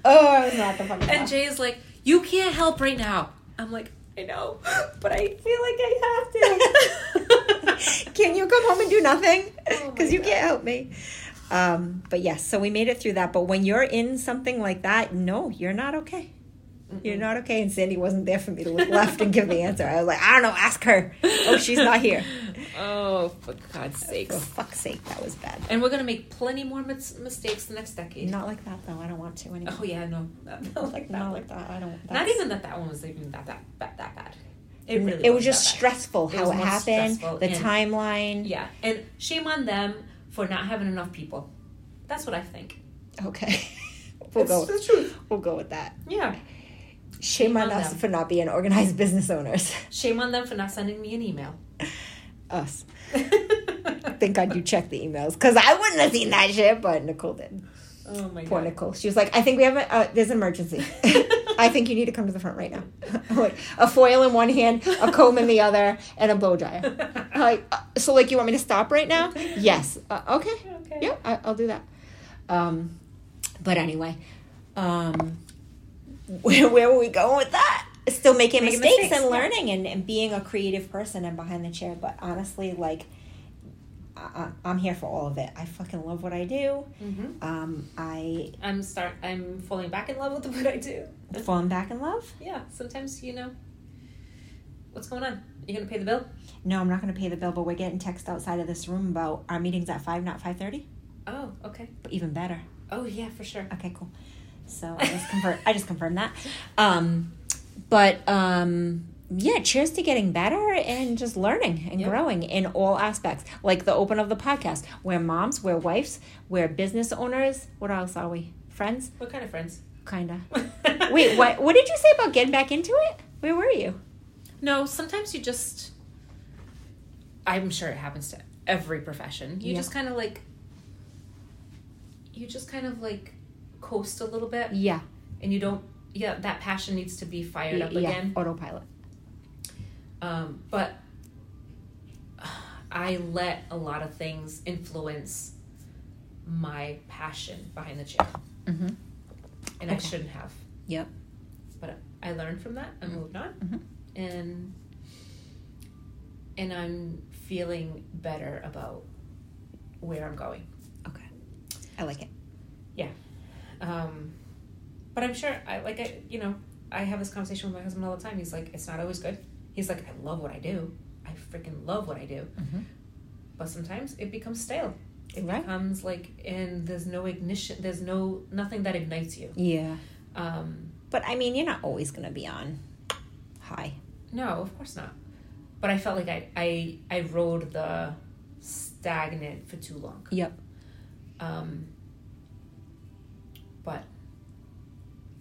Speaker 3: Oh, I was not at the fucking bar.
Speaker 1: And Jay's like, you can't help right now. I'm like, I know, but I feel like I have to.
Speaker 3: Can you come home and do nothing?
Speaker 1: Oh my
Speaker 3: Because you
Speaker 1: God.
Speaker 3: can't help me. Um, but yes, so we made it through that. But when you're in something like that, no, you're not okay. You're not okay. And Sandy wasn't there for me to look left and give the answer. I was like, I don't know, ask her. Oh, she's not here.
Speaker 1: Oh, for God's
Speaker 3: For
Speaker 1: sakes.
Speaker 3: fuck's sake, that was bad.
Speaker 1: And we're going to make plenty more mis- mistakes the next decade.
Speaker 3: Not like that, though. I don't want to anymore.
Speaker 1: Oh, yeah, no. Not, not like that.
Speaker 3: Not like
Speaker 1: like
Speaker 3: that. I don't.
Speaker 1: Not
Speaker 3: that's-
Speaker 1: even that that one was even that that, that, that bad. It really
Speaker 3: It was
Speaker 1: wasn't
Speaker 3: just
Speaker 1: that bad.
Speaker 3: stressful
Speaker 1: It
Speaker 3: how
Speaker 1: was
Speaker 3: it
Speaker 1: more
Speaker 3: happened,
Speaker 1: stressful
Speaker 3: the
Speaker 1: and-
Speaker 3: timeline.
Speaker 1: Yeah, and shame on them for not having enough people. That's what I think.
Speaker 3: Okay. we'll,
Speaker 1: It's
Speaker 3: go,
Speaker 1: the truth.
Speaker 3: we'll go with that.
Speaker 1: Yeah.
Speaker 3: Shame on
Speaker 1: on
Speaker 3: us
Speaker 1: them.
Speaker 3: for not being organized business owners.
Speaker 1: Shame on them for not sending me an email.
Speaker 3: Us. Thank God you checked the emails because I wouldn't have seen that shit, but Nicole did.
Speaker 1: Oh my
Speaker 3: Poor
Speaker 1: god.
Speaker 3: Nicole. She was like, "I think we have a uh, there's an emergency. I think you need to come to the front right now." I'm like a foil in one hand, a comb in the other, and a blow dryer. I'm like, uh, so like you want me to stop right now? Yes. Uh, okay.
Speaker 1: Okay.
Speaker 3: Yeah, I, I'll do that. Um, but anyway, um, where, where were we going with that? still making,
Speaker 1: Making
Speaker 3: mistakes,
Speaker 1: mistakes,
Speaker 3: and
Speaker 1: yeah.
Speaker 3: learning and, and being a creative person and behind the chair. But honestly, like, I, I- I'm here for all of it. I fucking love what I do.
Speaker 1: Mm-hmm.
Speaker 3: Um, I
Speaker 1: I'm start. I'm falling back in love with what I do.
Speaker 3: fallen back in love.
Speaker 1: Yeah. Sometimes you know. What's going on? You gonna pay the bill?
Speaker 3: No, I'm not going to pay the bill, but we're getting text outside of this room about our meetings at five, not five thirty.
Speaker 1: Oh, okay.
Speaker 3: But even better.
Speaker 1: Oh yeah, for sure.
Speaker 3: Okay, cool. So I just confirm. I just confirmed that. Um, but um, yeah, cheers to getting better and just learning and
Speaker 1: Yeah.
Speaker 3: growing in all aspects. Like the open of the podcast. We're moms. We're wives. We're business owners. What else are we? Friends,
Speaker 1: What kind of friends?
Speaker 3: kinda. Wait, what? What did you say about getting back into it? Where were you?
Speaker 1: No, sometimes you just. I'm sure it happens to every profession. You
Speaker 3: Yeah.
Speaker 1: just kind of like. You just kind of like coast a little bit,
Speaker 3: Yeah,
Speaker 1: and you don't. Yeah, that passion needs to be fired up
Speaker 3: yeah.
Speaker 1: again.
Speaker 3: Autopilot.
Speaker 1: um, but I let a lot of things influence my passion behind the chair,
Speaker 3: Mm-hmm.
Speaker 1: and I
Speaker 3: Okay.
Speaker 1: shouldn't have.
Speaker 3: Yep.
Speaker 1: But I learned from that. I moved on,
Speaker 3: Mhm.
Speaker 1: and and I'm feeling better about where I'm going.
Speaker 3: Okay. I like it.
Speaker 1: Um, but I'm sure I like I you know I have this conversation with my husband all the time. He's like, it's not always good. He's like, I love what I do. I freaking love what I do.
Speaker 3: Mhm.
Speaker 1: But sometimes it becomes stale. It
Speaker 3: Right.
Speaker 1: becomes like, and there's no ignition. There's no nothing that ignites you.
Speaker 3: Yeah.
Speaker 1: Um,
Speaker 3: But I mean, you're not always gonna be on high.
Speaker 1: no, of course not. But I felt like I I I rode the stagnant for too long.
Speaker 3: Yep.
Speaker 1: Um, but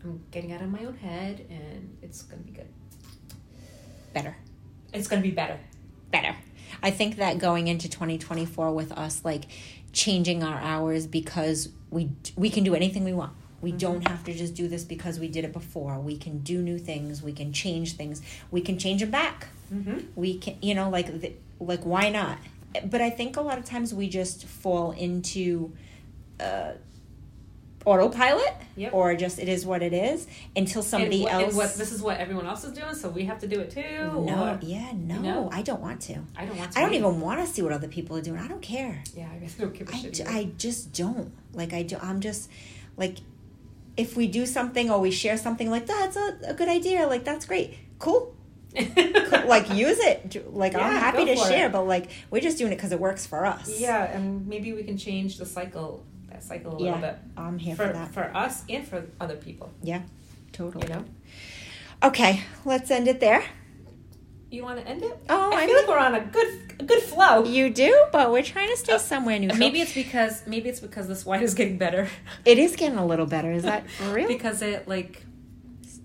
Speaker 1: I'm getting out of my own head, and it's gonna be good.
Speaker 3: Better.
Speaker 1: It's gonna be better.
Speaker 3: better. I think that going into 2024 with us like changing our hours because we we can do anything we want. We
Speaker 1: Mm-hmm.
Speaker 3: don't have to just do this because we did it before. We can do new things. We can change things. We can change them back.
Speaker 1: Mm-hmm.
Speaker 3: We can, you know, like the, like why not? But I think a lot of times we just fall into uh, autopilot
Speaker 1: Yep.
Speaker 3: or just it is what it is until somebody
Speaker 1: and, what-
Speaker 3: else.
Speaker 1: And what, this is what everyone else is doing, so we have to do it too.
Speaker 3: no,
Speaker 1: or-
Speaker 3: yeah, no,
Speaker 1: know?
Speaker 3: I don't want to.
Speaker 1: I don't want. To
Speaker 3: I don't
Speaker 1: either.
Speaker 3: even want to see what other people are doing. I don't care.
Speaker 1: Yeah, I really don't give a
Speaker 3: I,
Speaker 1: shit.
Speaker 3: j-
Speaker 1: either.
Speaker 3: I just don't like i do i'm just like if we do something or we share something like that's a, a good idea like that's great cool Cool. like use it Do- like i'm
Speaker 1: Yeah,
Speaker 3: happy
Speaker 1: go
Speaker 3: to
Speaker 1: for
Speaker 3: share
Speaker 1: it.
Speaker 3: but like we're just doing it because it works for us
Speaker 1: yeah, and maybe we can change the cycle, that cycle a little
Speaker 3: Yeah,
Speaker 1: bit
Speaker 3: i'm here for,
Speaker 1: for
Speaker 3: that
Speaker 1: for us and for other people.
Speaker 3: yeah
Speaker 1: You
Speaker 3: totally
Speaker 1: know,
Speaker 3: okay let's end it there
Speaker 1: you want to end it?
Speaker 3: oh
Speaker 1: I,
Speaker 3: i,
Speaker 1: feel like we're on a good a good flow.
Speaker 3: mean you do but we're trying to stay somewhere neutral
Speaker 1: Oh, Maybe it's because maybe it's because this wine is getting better
Speaker 3: it is getting a little better is that real
Speaker 1: because it like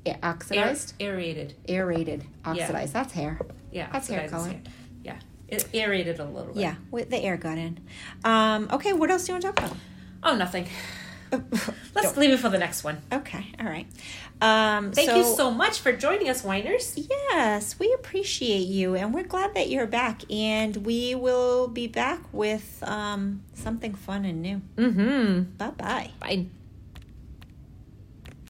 Speaker 3: Yeah,
Speaker 1: aer-
Speaker 3: oxidized
Speaker 1: aerated.
Speaker 3: aerated oxidized that's hair
Speaker 1: Yeah,
Speaker 3: That's hair
Speaker 1: oxidizes
Speaker 3: color.
Speaker 1: hair. Yeah, it aerated a little bit.
Speaker 3: yeah with the air got in um okay what else do you want to talk about
Speaker 1: Oh, nothing.
Speaker 3: Let's
Speaker 1: Let's leave it for the next one.
Speaker 3: Okay, all right. Um,
Speaker 1: Thank you so much for joining us, whiners.
Speaker 3: Yes, we appreciate you, and we're glad that you're back. And we will be back with um, something fun and new.
Speaker 1: Mm-hmm.
Speaker 3: Bye bye.
Speaker 1: Bye.